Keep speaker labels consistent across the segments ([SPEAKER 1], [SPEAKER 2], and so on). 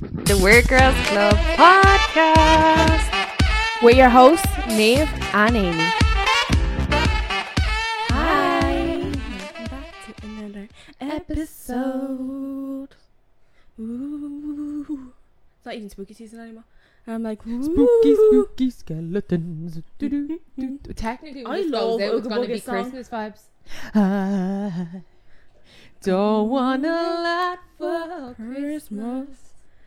[SPEAKER 1] The Weird Girls Club podcast.
[SPEAKER 2] We're your hosts, Nave and Amy.
[SPEAKER 1] Hi.
[SPEAKER 3] Welcome back to another episode. Ooh. It's not even spooky season anymore. And I'm like,
[SPEAKER 4] Spooky,
[SPEAKER 3] ooh.
[SPEAKER 4] spooky skeletons. Do-do, do-do. Technically, when
[SPEAKER 3] I
[SPEAKER 4] this
[SPEAKER 3] love
[SPEAKER 4] goes out, it's
[SPEAKER 3] Ooga
[SPEAKER 4] going to
[SPEAKER 3] Booga
[SPEAKER 4] be
[SPEAKER 3] song.
[SPEAKER 4] Christmas vibes. I don't want a lot for Christmas.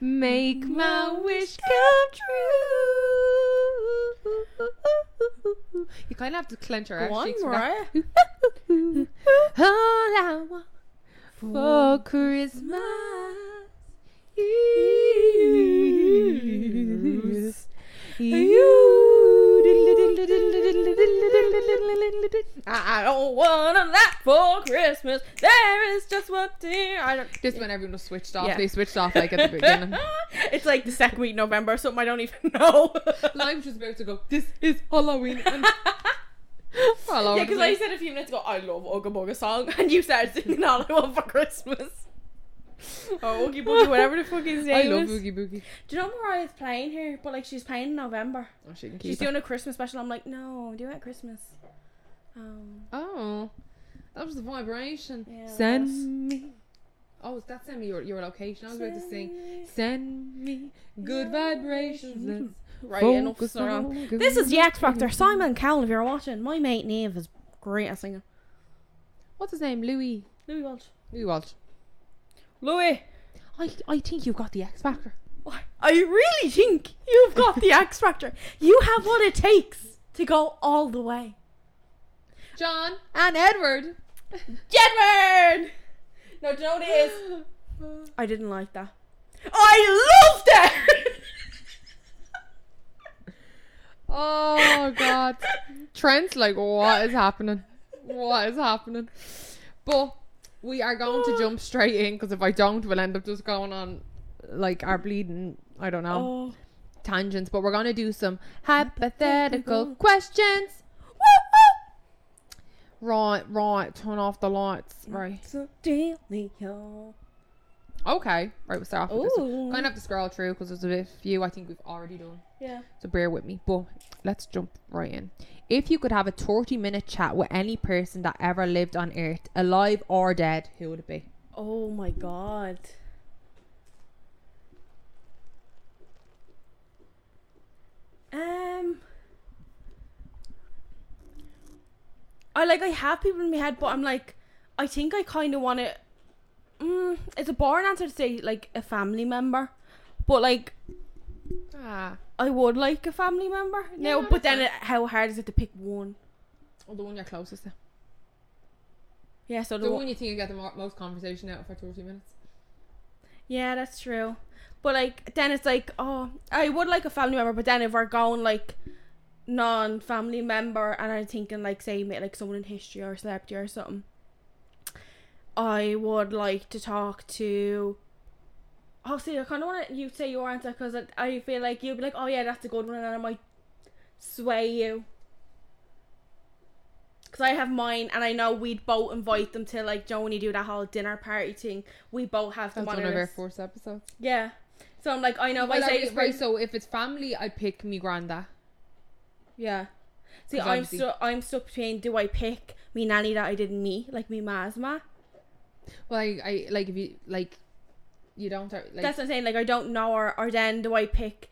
[SPEAKER 4] Make my wish come true. You kind of have to clench your
[SPEAKER 3] Go
[SPEAKER 4] ass
[SPEAKER 3] on,
[SPEAKER 4] cheeks for that.
[SPEAKER 3] Mariah.
[SPEAKER 4] All I want for Christmas is you.
[SPEAKER 3] I don't want a lot for Christmas. There is just one thing I don't.
[SPEAKER 4] This when everyone was switched off.
[SPEAKER 3] Yeah.
[SPEAKER 4] They switched off like at the beginning.
[SPEAKER 3] it's like the second week of November or something. I don't even know.
[SPEAKER 4] I was just about to go. This is Halloween. And
[SPEAKER 3] Yeah,
[SPEAKER 4] Halloween.
[SPEAKER 3] because I said a few minutes ago, I love Ooga Booga song, and you started singing all I want for Christmas. Oh, Oogie Boogie, whatever the fuck his
[SPEAKER 4] I
[SPEAKER 3] name
[SPEAKER 4] love
[SPEAKER 3] is.
[SPEAKER 4] Boogie Boogie.
[SPEAKER 3] Do you know Mariah's playing here? But like, she's playing in November.
[SPEAKER 4] Oh, she can
[SPEAKER 3] she's
[SPEAKER 4] keep it.
[SPEAKER 3] doing a Christmas special. I'm like, no, I'm doing it at Christmas. Um,
[SPEAKER 4] Oh, that was the vibration.
[SPEAKER 3] Yeah,
[SPEAKER 4] send
[SPEAKER 3] that's-
[SPEAKER 4] me. Oh, that send me your, your location. I was about to sing. Send me good vibrations.
[SPEAKER 3] Right, enough song. This is the X Factor. Simon Cowell, if you're watching, my mate Nave is great at singing.
[SPEAKER 4] What's his name? Louis.
[SPEAKER 3] Louis Walsh.
[SPEAKER 4] Louis Walsh.
[SPEAKER 3] Louis,
[SPEAKER 4] I, I think you've got the X Factor.
[SPEAKER 3] why- I really think you've got the X Factor. You have what it takes to go all the way.
[SPEAKER 4] John and Edward.
[SPEAKER 3] Jedward! No, do you know what it is? I didn't like that. I loved it!
[SPEAKER 4] Oh God. Trent's like, what is happening? What is happening? But we are going to jump straight in because if I don't, we'll end up just going on like our bleeding. I don't know.
[SPEAKER 3] Oh.
[SPEAKER 4] tangents, but we're gonna do some hypothetical questions. Right, right. Turn off the lights. Right.
[SPEAKER 3] So daily, yo.
[SPEAKER 4] Okay. Right. We'll start off with this.
[SPEAKER 3] Ooh.
[SPEAKER 4] One. Gonna have to scroll through because there's a bit few I think we've already done.
[SPEAKER 3] Yeah.
[SPEAKER 4] So bear with me. But let's jump right in. If you could have a 30 minute chat with any person that ever lived on Earth, alive or dead, who would it be?
[SPEAKER 3] Oh my god. Um. I like I have people in my head, but I'm like, I think I kind of want to. Mm, it's a boring answer to say like a family member, but like
[SPEAKER 4] Ah.
[SPEAKER 3] I would like a family member.
[SPEAKER 4] Yeah,
[SPEAKER 3] no,
[SPEAKER 4] that
[SPEAKER 3] but
[SPEAKER 4] makes
[SPEAKER 3] then it, how hard is it to pick one?
[SPEAKER 4] the one you're closest to.
[SPEAKER 3] Yeah, so the
[SPEAKER 4] The
[SPEAKER 3] one-
[SPEAKER 4] one you think you get the mo- most conversation out of for 30 minutes.
[SPEAKER 3] Yeah, that's true. But like then it's like, oh, I would like a family member, but then if we're going like non-family member, and I'm thinking like say ma- like someone in history or celebrity or something, I would like to talk to. Oh, see, I kind of want you to say your answer because I, I feel like you'd be like, oh yeah, that's a good one, and I might sway you. Because I have mine, and I know we'd both invite them to like, Joe, when you do that whole dinner party thing, we both have them
[SPEAKER 4] That's
[SPEAKER 3] on
[SPEAKER 4] one
[SPEAKER 3] our
[SPEAKER 4] of our
[SPEAKER 3] list.
[SPEAKER 4] first episodes.
[SPEAKER 3] Yeah. So I'm like, I know if I
[SPEAKER 4] Well,
[SPEAKER 3] say
[SPEAKER 4] like,
[SPEAKER 3] this
[SPEAKER 4] right,
[SPEAKER 3] person,
[SPEAKER 4] so if it's family, I pick me granda.
[SPEAKER 3] yeah. See,
[SPEAKER 4] 'Cause
[SPEAKER 3] I'm
[SPEAKER 4] obviously-
[SPEAKER 3] stuck. I'm stuck between do I pick me nanny that I didn't meet, like me ma's ma?
[SPEAKER 4] Well, I, I like if you like, you don't have, like.
[SPEAKER 3] That's what I'm saying. Like I don't know her, or then do I pick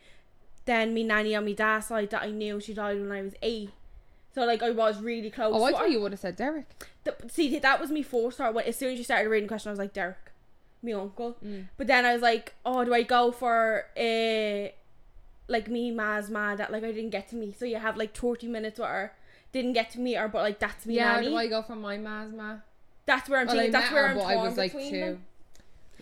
[SPEAKER 3] then me nanny on me dad's side that I knew she died when I was eight. So like I was really close.
[SPEAKER 4] oh, I
[SPEAKER 3] So
[SPEAKER 4] thought you would have said Derek.
[SPEAKER 3] th- see that was me first. Or when, as soon as you started reading the question, I was like Derek, me uncle. But then I was like, oh, do I go for uh, like me ma's ma that like I didn't get to meet? So you have like thirty minutes with her, didn't get to meet her, but like that's me
[SPEAKER 4] Yeah,
[SPEAKER 3] nanny.
[SPEAKER 4] do I go for my masma?
[SPEAKER 3] that's where I'm
[SPEAKER 4] Well, I
[SPEAKER 3] thinking.
[SPEAKER 4] met
[SPEAKER 3] that's where
[SPEAKER 4] her,
[SPEAKER 3] I'm
[SPEAKER 4] but
[SPEAKER 3] torn
[SPEAKER 4] I was like
[SPEAKER 3] between
[SPEAKER 4] two.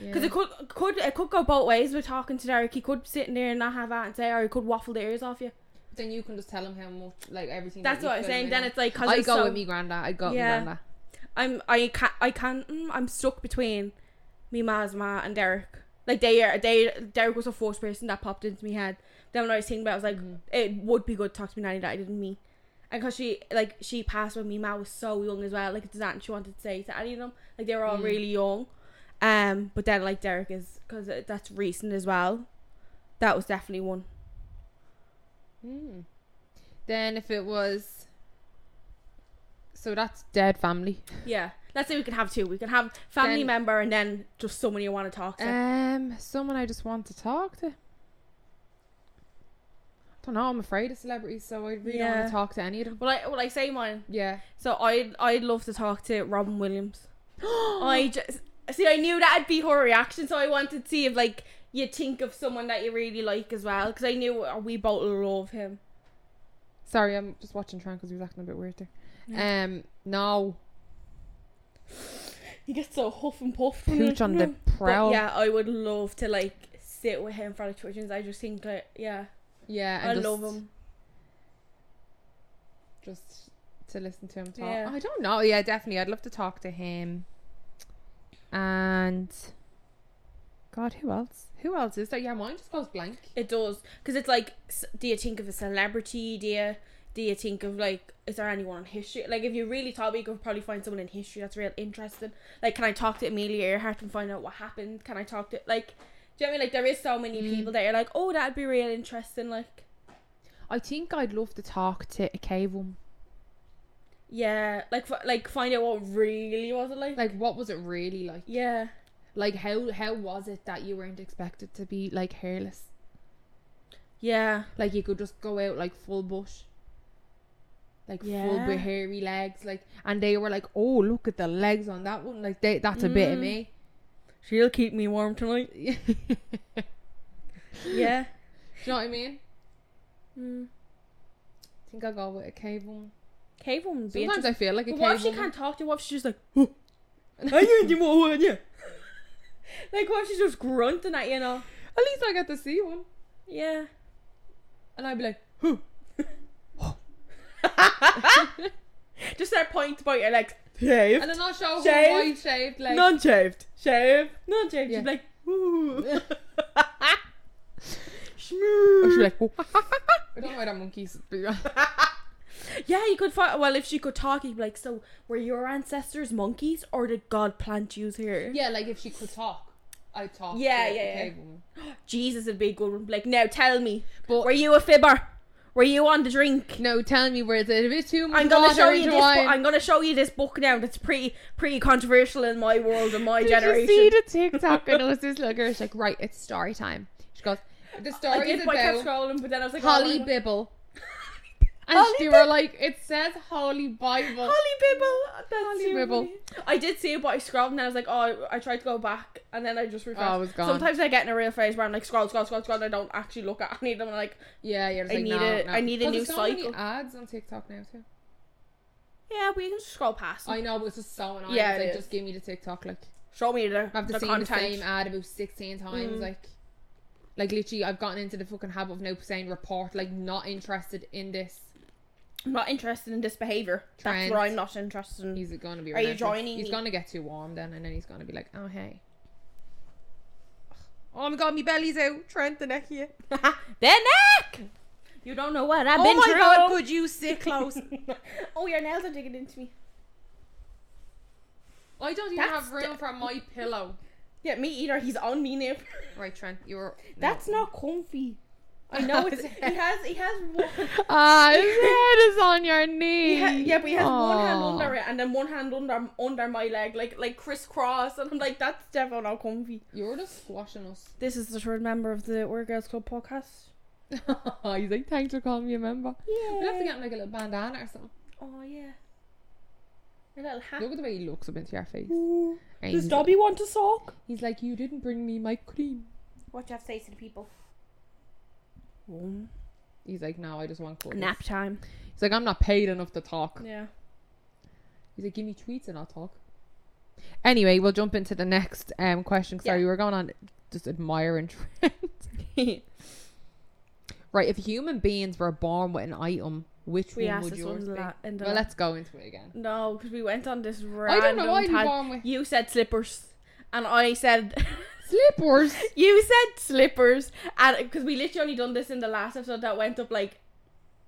[SPEAKER 3] Because it could could it could go both ways. with talking to Derek. He could sit in there and not have that and say, or he could waffle the ears off you.
[SPEAKER 4] Then you can just tell him how much, like everything.
[SPEAKER 3] That's
[SPEAKER 4] that you
[SPEAKER 3] what I'm
[SPEAKER 4] feel,
[SPEAKER 3] saying.
[SPEAKER 4] you
[SPEAKER 3] Then
[SPEAKER 4] know.
[SPEAKER 3] it's like because
[SPEAKER 4] I go
[SPEAKER 3] so,
[SPEAKER 4] with me granda. I go with
[SPEAKER 3] Yeah.
[SPEAKER 4] me granda.
[SPEAKER 3] I'm I can I can mm, I'm stuck between me ma's ma and Derek. Like they are they Derek was the first person that popped into my head. Then when I was thinking about, it, I was like,
[SPEAKER 4] Mm.
[SPEAKER 3] it would be good to talk to my nanny that I didn't meet. And because she like she passed when me ma was so young as well. Like it's that she wanted to say to any of them. Like they were all really young. Um, but then like Derek is because that's recent as well. That was definitely one.
[SPEAKER 4] Hmm.
[SPEAKER 3] mm.
[SPEAKER 4] Then if it was. So that's dead family.
[SPEAKER 3] Yeah. Let's say we can have two. We can have family
[SPEAKER 4] Then-
[SPEAKER 3] member and then just someone you want to talk to.
[SPEAKER 4] Um, someone I just want to talk to. don't know. I'm afraid of celebrities, so I really don't want
[SPEAKER 3] Yeah.
[SPEAKER 4] to talk to any of them.
[SPEAKER 3] well, I well I say mine.
[SPEAKER 4] Yeah.
[SPEAKER 3] So I I'd love to talk to Robin Williams. Oh, I just see. I knew that'd be her reaction, so I wanted to see if like you think of someone that you really like as well, because I knew uh, we both love him.
[SPEAKER 4] Sorry, I'm just watching Tran because he was acting a bit weird there. Um, no.
[SPEAKER 3] He gets so huff and puff. when
[SPEAKER 4] Pooch
[SPEAKER 3] you're
[SPEAKER 4] on
[SPEAKER 3] with
[SPEAKER 4] the
[SPEAKER 3] him.
[SPEAKER 4] prowl.
[SPEAKER 3] Mm-hmm, But yeah, I would love to like sit with him for like two hours. I just think like yeah,
[SPEAKER 4] Yeah, and
[SPEAKER 3] I
[SPEAKER 4] just,
[SPEAKER 3] love him.
[SPEAKER 4] Just to listen to him talk.
[SPEAKER 3] Yeah.
[SPEAKER 4] I don't know. Yeah, definitely. I'd love to talk to him. And God, who else? Who else is there? Yeah, mine just goes blank.
[SPEAKER 3] It does because it's like, s- do you think of a celebrity? Do you do you think of like, is there anyone in history? Like, if you really thought about it, you could probably find someone in history that's real interesting. Like, can I talk to Amelia Earhart and find out what happened? Can I talk to like, do you know what I mean? Like, there is so many
[SPEAKER 4] Mm.
[SPEAKER 3] people that you're like, oh, that'd be real interesting. Like,
[SPEAKER 4] I think I'd love to talk to a cave woman.
[SPEAKER 3] yeah, like f- like find out what really was it like.
[SPEAKER 4] Like, what was it really like?
[SPEAKER 3] yeah,
[SPEAKER 4] Like, how how was it that you weren't expected to be like hairless?
[SPEAKER 3] yeah,
[SPEAKER 4] Like, you could just go out like full bush, like full
[SPEAKER 3] Yeah.
[SPEAKER 4] with hairy legs, like, and they were like, "Oh, look at the legs on that one! Like, they, that's a bit of
[SPEAKER 3] Mm.
[SPEAKER 4] me."
[SPEAKER 3] she'll keep me warm tonight.
[SPEAKER 4] Do you
[SPEAKER 3] Yeah,
[SPEAKER 4] know what I mean?
[SPEAKER 3] mm.
[SPEAKER 4] I think I'll go with a cave woman.
[SPEAKER 3] cave woman. would Be
[SPEAKER 4] Sometimes
[SPEAKER 3] interesting.
[SPEAKER 4] I feel like a
[SPEAKER 3] But
[SPEAKER 4] cave
[SPEAKER 3] what if she
[SPEAKER 4] woman.
[SPEAKER 3] can't talk to you? What if she's just like, "Huh." I ain't you more than you. Like, what if she's just grunting at you, you know?
[SPEAKER 4] At least I get to see one,
[SPEAKER 3] Yeah.
[SPEAKER 4] and I'd be like,
[SPEAKER 3] Just that point about your legs. Shaved.
[SPEAKER 4] and then I'll show her
[SPEAKER 3] Shave?
[SPEAKER 4] white shaved legs.
[SPEAKER 3] non shaved. Shaved. Non shaved.
[SPEAKER 4] Yeah.
[SPEAKER 3] She's like, ooh.
[SPEAKER 4] Or she'd be
[SPEAKER 3] Shmoo.
[SPEAKER 4] like, "Oh." I don't know why that monkey's.
[SPEAKER 3] yeah, you could find. Well, if she could talk, you'd be like, so were your ancestors monkeys or did God plant you here?
[SPEAKER 4] Yeah, like if she could talk, I'd talk.
[SPEAKER 3] Yeah,
[SPEAKER 4] to
[SPEAKER 3] yeah,
[SPEAKER 4] the
[SPEAKER 3] yeah.
[SPEAKER 4] cave woman.
[SPEAKER 3] Jesus would be a good one. Like, now tell me,
[SPEAKER 4] But-
[SPEAKER 3] were you a fibber? Were you on the drink?
[SPEAKER 4] No, tell me where the bit too much
[SPEAKER 3] I'm gonna
[SPEAKER 4] water
[SPEAKER 3] show
[SPEAKER 4] into
[SPEAKER 3] you this. Bu-
[SPEAKER 4] wine.
[SPEAKER 3] I'm gonna show you this book now. That's pretty pretty controversial in my world and my
[SPEAKER 4] Did
[SPEAKER 3] generation.
[SPEAKER 4] you see the TikTok? And it was this little girl. She's like, right, it's story time. She goes, the
[SPEAKER 3] I
[SPEAKER 4] story
[SPEAKER 3] did,
[SPEAKER 4] is
[SPEAKER 3] but I kept
[SPEAKER 4] about
[SPEAKER 3] scrolling, but then I was like,
[SPEAKER 4] Holly
[SPEAKER 3] oh,
[SPEAKER 4] Bibble. And
[SPEAKER 3] Holly
[SPEAKER 4] they were
[SPEAKER 3] Bib-
[SPEAKER 4] like, it says Holy Bible.
[SPEAKER 3] Holly Bibble. That's
[SPEAKER 4] Holly
[SPEAKER 3] you.
[SPEAKER 4] Bibble.
[SPEAKER 3] I did see it, but I scrolled and then I was like, oh, I tried to go back and then I just refreshed.
[SPEAKER 4] Oh, it was gone.
[SPEAKER 3] Sometimes I get in a real phase where I'm like, scroll, scroll, scroll, scroll, and I don't actually look at any of them. And I'm like,
[SPEAKER 4] Yeah, you're just
[SPEAKER 3] I
[SPEAKER 4] like,
[SPEAKER 3] need
[SPEAKER 4] no,
[SPEAKER 3] a-
[SPEAKER 4] no.
[SPEAKER 3] I need a
[SPEAKER 4] Well,
[SPEAKER 3] new
[SPEAKER 4] there's so many
[SPEAKER 3] cycle.
[SPEAKER 4] ads on TikTok now too.
[SPEAKER 3] yeah, but you can just scroll past. them.
[SPEAKER 4] I know, but it's just so annoying.
[SPEAKER 3] Yeah,
[SPEAKER 4] Yeah,
[SPEAKER 3] it
[SPEAKER 4] like,
[SPEAKER 3] is.
[SPEAKER 4] just give me the TikTok. Like,
[SPEAKER 3] Show me the,
[SPEAKER 4] I've
[SPEAKER 3] the
[SPEAKER 4] seen
[SPEAKER 3] content.
[SPEAKER 4] the same ad about sixteen times.
[SPEAKER 3] Mm.
[SPEAKER 4] Like, like literally, I've gotten into the fucking habit of now saying report. Like, not interested in this.
[SPEAKER 3] I'm not interested in this behavior.
[SPEAKER 4] Trend.
[SPEAKER 3] That's what I'm not interested in.
[SPEAKER 4] He's gonna be.
[SPEAKER 3] Are you
[SPEAKER 4] relentless.
[SPEAKER 3] joining
[SPEAKER 4] He's
[SPEAKER 3] me?
[SPEAKER 4] gonna get too warm then, and then he's gonna be like, "Oh hey." Oh my god, my belly's out. Trent, the neck here.
[SPEAKER 3] Their neck. You don't know what I've
[SPEAKER 4] oh
[SPEAKER 3] been
[SPEAKER 4] my
[SPEAKER 3] through.
[SPEAKER 4] god, could you sit close?
[SPEAKER 3] oh, your nails are digging into me.
[SPEAKER 4] I don't even
[SPEAKER 3] That's
[SPEAKER 4] have room
[SPEAKER 3] the-
[SPEAKER 4] for my pillow.
[SPEAKER 3] Yeah, me either. He's on me now.
[SPEAKER 4] Right, Trent, you're.
[SPEAKER 3] That's not comfy. I know it's, he has he has one
[SPEAKER 4] Ah, his head is on your knee.
[SPEAKER 3] he ha- yeah, but he has one hand
[SPEAKER 4] Aw.
[SPEAKER 3] under it and then one hand under under my leg, like like crisscross, and I'm like that's definitely not comfy.
[SPEAKER 4] You're just squashing us.
[SPEAKER 3] This is the third member of the We're Girls Club podcast.
[SPEAKER 4] He's like, thanks for calling me a member.
[SPEAKER 3] Yeah.
[SPEAKER 4] We'll have to get him like a little bandana or something.
[SPEAKER 3] oh yeah. A little hat.
[SPEAKER 4] Look at the way he looks up into your face.
[SPEAKER 3] Ooh. Does
[SPEAKER 4] Angel.
[SPEAKER 3] Dobby want a sock?
[SPEAKER 4] He's like, you didn't bring me my cream.
[SPEAKER 3] What do you have to say to the people?
[SPEAKER 4] He's like, no, I just want clothes.
[SPEAKER 3] Nap time.
[SPEAKER 4] He's like, I'm not paid enough to talk.
[SPEAKER 3] Yeah.
[SPEAKER 4] He's like, give me tweets and I'll talk. Anyway, we'll jump into the next um question. Sorry,
[SPEAKER 3] Yeah.
[SPEAKER 4] we were going on just admiring trends. right, if human beings were born with an item, Which
[SPEAKER 3] We
[SPEAKER 4] one
[SPEAKER 3] asked
[SPEAKER 4] would
[SPEAKER 3] this
[SPEAKER 4] yours
[SPEAKER 3] one
[SPEAKER 4] be?
[SPEAKER 3] la- in the
[SPEAKER 4] well, let's go into it again.
[SPEAKER 3] no, because we went on this
[SPEAKER 4] I
[SPEAKER 3] random
[SPEAKER 4] don't know why you
[SPEAKER 3] tan-
[SPEAKER 4] were on with
[SPEAKER 3] You said slippers, and I said
[SPEAKER 4] slippers.
[SPEAKER 3] you said slippers, and because we literally only done this in the last episode that went up like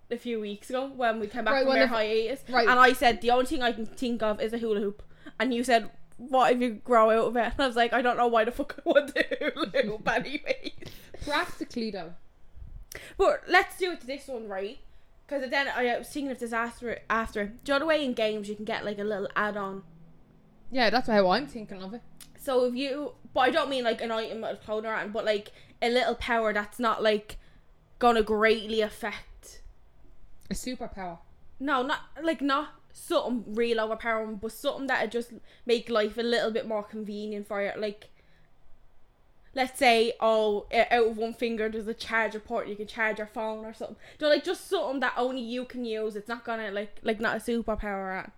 [SPEAKER 3] a few weeks ago when we came back
[SPEAKER 4] Right,
[SPEAKER 3] from
[SPEAKER 4] well,
[SPEAKER 3] our
[SPEAKER 4] if-
[SPEAKER 3] hiatus,
[SPEAKER 4] right.
[SPEAKER 3] and I said the only thing I can think of is a hula hoop, and you said. What if you grow out of it? And I was like, I don't know why the fuck I want to hula hoop anyway.
[SPEAKER 4] Practically though.
[SPEAKER 3] But let's do it to this one, right? Because then I was thinking of this after. after. Do you know the way in games you can get like a little add on?
[SPEAKER 4] Yeah, that's how I'm thinking of it.
[SPEAKER 3] So if you. But I don't mean like an item of clone or anything, but like a little power that's not like gonna greatly affect.
[SPEAKER 4] A superpower.
[SPEAKER 3] No, not like not something real overpowering, but something that'd just make life a little bit more convenient for you. Like. Let's say, oh, uh, out of one finger there's a charger port. You can charge your phone or something. Do you know, like just something that only you can use. It's not gonna like like not a superpower. At.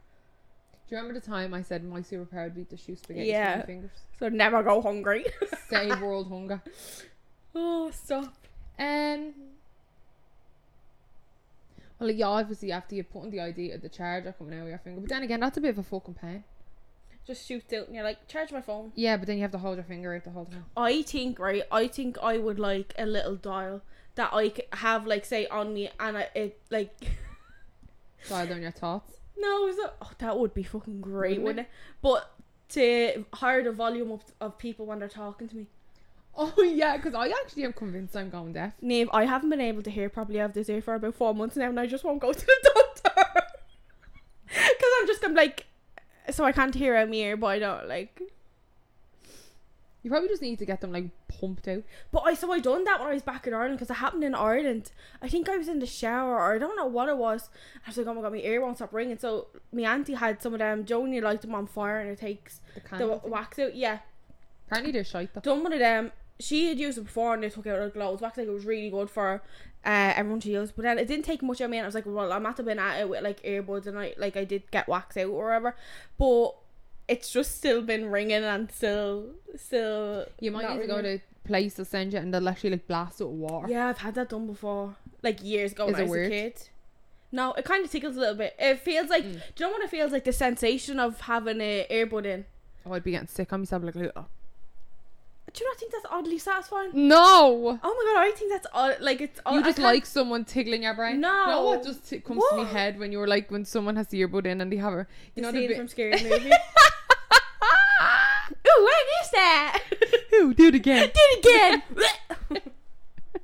[SPEAKER 4] Do you remember the time I said my superpower would be to shoot spaghetti with
[SPEAKER 3] Yeah.
[SPEAKER 4] my fingers?
[SPEAKER 3] So never go hungry.
[SPEAKER 4] Save world hunger.
[SPEAKER 3] oh, stop.
[SPEAKER 4] Um. Well, yeah, obviously after you put in the idea of the charger coming out of your finger, but then again, that's a bit of a fucking pain.
[SPEAKER 3] Just shoots out and you're like, charge my phone.
[SPEAKER 4] Yeah, but then you have to hold your finger out the whole time.
[SPEAKER 3] I think, right, I think I would like a little dial that I c- have, like, say, on me and I, it, like,
[SPEAKER 4] Slide down your thoughts.
[SPEAKER 3] no, is it? Oh, that would be fucking great,
[SPEAKER 4] Wouldn't
[SPEAKER 3] wouldn't it? But to higher the volume of, of people when they're talking to me.
[SPEAKER 4] Oh yeah, because I actually am convinced I'm going deaf.
[SPEAKER 3] Nave, I haven't been able to hear properly out of this ear for about four months now, and I just won't go to the doctor because I'm just gonna be like, so I can't hear out my ear, but I don't like.
[SPEAKER 4] You probably just need to get them like pumped out.
[SPEAKER 3] But I so I done that when I was back in Ireland because it happened in Ireland. I think I was in the shower or I don't know what it was. I was like, oh my god, my ear won't stop ringing. So my auntie had some of them. Joni liked them on fire and it takes
[SPEAKER 4] The
[SPEAKER 3] the
[SPEAKER 4] candle.
[SPEAKER 3] wa- wax out. Yeah,
[SPEAKER 4] Apparently they're shite though.
[SPEAKER 3] done one of them. She had used it before and they took out her glows wax. Like it was really good for uh, everyone to use. But then it didn't take much out of me. And I was like, well, I might have been at it with like earbuds and I like I did get wax out or whatever. But it's just still been ringing and still still.
[SPEAKER 4] You might
[SPEAKER 3] not
[SPEAKER 4] need to
[SPEAKER 3] ringing.
[SPEAKER 4] go to place to send you, and they'll actually like blast it with water.
[SPEAKER 3] Yeah, I've had that done before, like years ago
[SPEAKER 4] Is
[SPEAKER 3] when
[SPEAKER 4] it
[SPEAKER 3] I was
[SPEAKER 4] weird?
[SPEAKER 3] a kid. No, it kind of tickles a little bit. It feels
[SPEAKER 4] Mm.
[SPEAKER 3] like, do you know what it feels like? The sensation of having an earbud in.
[SPEAKER 4] Oh, I'd be getting sick on myself like oh.
[SPEAKER 3] Do you not think that's oddly satisfying?
[SPEAKER 4] No.
[SPEAKER 3] Oh my god, I think that's odd. Like it's odd.
[SPEAKER 4] You
[SPEAKER 3] Oh, I
[SPEAKER 4] just
[SPEAKER 3] can't-
[SPEAKER 4] like someone tickling your brain.
[SPEAKER 3] No.
[SPEAKER 4] You know what just t- comes to
[SPEAKER 3] What?
[SPEAKER 4] my head when you were like when someone has the earbud in and they have her. You
[SPEAKER 3] the
[SPEAKER 4] know
[SPEAKER 3] scene
[SPEAKER 4] the bit-
[SPEAKER 3] from Scary Movie. Ooh, what is that?
[SPEAKER 4] Ooh, do it again.
[SPEAKER 3] Did again.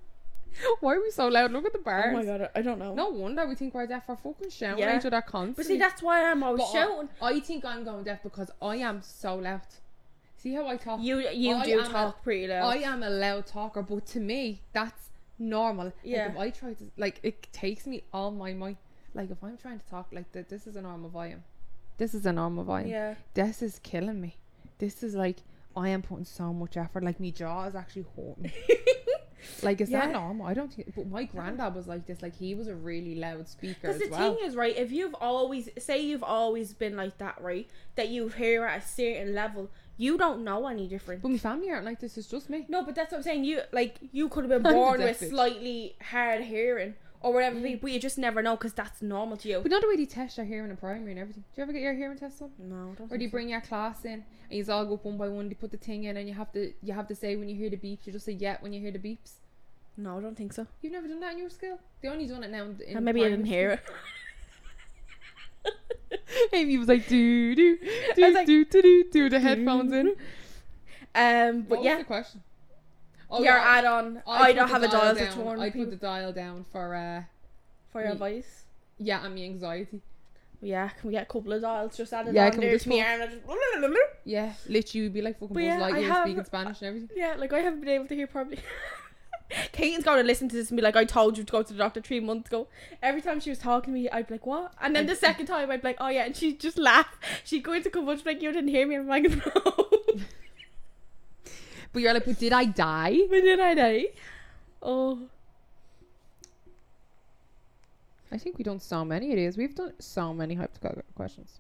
[SPEAKER 4] Why are we so loud? Look at the
[SPEAKER 3] oh
[SPEAKER 4] bars.
[SPEAKER 3] my god, I don't know.
[SPEAKER 4] No wonder we think we're deaf. We're fucking shouting
[SPEAKER 3] Yeah.
[SPEAKER 4] at each other constantly.
[SPEAKER 3] but see, that's why I'm always
[SPEAKER 4] But I-
[SPEAKER 3] shouting.
[SPEAKER 4] I, think I'm going deaf because I am so loud. See how I talk?
[SPEAKER 3] You you
[SPEAKER 4] I
[SPEAKER 3] do
[SPEAKER 4] am a-
[SPEAKER 3] talk pretty loud.
[SPEAKER 4] I am a loud talker, but to me, that's normal. Like,
[SPEAKER 3] Yeah.
[SPEAKER 4] if I try to, like, it takes me all my might. Like, if I'm trying to talk like that, this is a normal volume. This is a normal volume.
[SPEAKER 3] yeah.
[SPEAKER 4] This is killing me. This is like, I am putting so much effort. Like, my jaw is actually hurting. like, is
[SPEAKER 3] Yeah.
[SPEAKER 4] that normal? I don't think. But my granddad was like this. Like, he was a really loud speaker
[SPEAKER 3] Because
[SPEAKER 4] as
[SPEAKER 3] the
[SPEAKER 4] well.
[SPEAKER 3] thing is, right, if you've always say you've always been like that, right, that you hear at a certain level, you don't know any different.
[SPEAKER 4] but my family aren't like this. It's just me.
[SPEAKER 3] no, but that's what I'm saying. You like you could have been
[SPEAKER 4] I'm
[SPEAKER 3] born with
[SPEAKER 4] deaf bitch.
[SPEAKER 3] slightly hard hearing or whatever, but you just never know because that's normal to you.
[SPEAKER 4] Mm-hmm. But not the way they test your hearing in primary and everything. Do you ever get your hearing test done?
[SPEAKER 3] No,
[SPEAKER 4] Or do you bring your class in and you all go up one by one? They put the thing in and you have to you have to say when you hear the beeps. You just say yeah when you hear the beeps.
[SPEAKER 3] no, I don't think so.
[SPEAKER 4] You've never done that in your school. They only done it now. In, in
[SPEAKER 3] And maybe I didn't
[SPEAKER 4] primary
[SPEAKER 3] hear it.
[SPEAKER 4] school. Amy was like do do
[SPEAKER 3] I
[SPEAKER 4] do
[SPEAKER 3] was like,
[SPEAKER 4] do do do do the headphones in.
[SPEAKER 3] Um,
[SPEAKER 4] What
[SPEAKER 3] but
[SPEAKER 4] was
[SPEAKER 3] yeah,
[SPEAKER 4] the question?
[SPEAKER 3] your
[SPEAKER 4] yeah,
[SPEAKER 3] add-on. I,
[SPEAKER 4] put
[SPEAKER 3] don't
[SPEAKER 4] the
[SPEAKER 3] have a dial to
[SPEAKER 4] down.
[SPEAKER 3] turn
[SPEAKER 4] I put
[SPEAKER 3] people-
[SPEAKER 4] the dial down for uh
[SPEAKER 3] for your
[SPEAKER 4] me.
[SPEAKER 3] voice.
[SPEAKER 4] yeah and my anxiety.
[SPEAKER 3] Yeah, can we get a couple of dials just added
[SPEAKER 4] Yeah,
[SPEAKER 3] on
[SPEAKER 4] can we
[SPEAKER 3] there
[SPEAKER 4] just
[SPEAKER 3] to me?
[SPEAKER 4] put-
[SPEAKER 3] And I just,
[SPEAKER 4] Yeah, literally you'd be like fucking
[SPEAKER 3] But
[SPEAKER 4] Buzz
[SPEAKER 3] yeah, I
[SPEAKER 4] Lightyear
[SPEAKER 3] have-
[SPEAKER 4] speaking Spanish and everything.
[SPEAKER 3] Yeah, like I haven't been able to hear properly. Caitlin's gonna listen to this and be like, I told you to go to the doctor three months ago. Every time she was talking to me, I'd be like, What? And then the second time I'd be like, Oh yeah, and she'd just laugh. She'd go into convulsion like you didn't hear me. I'm like, No.
[SPEAKER 4] But you're like, but did I die?
[SPEAKER 3] but did I die? Oh
[SPEAKER 4] I think we've done so many it is. We've done so many hypothetical questions.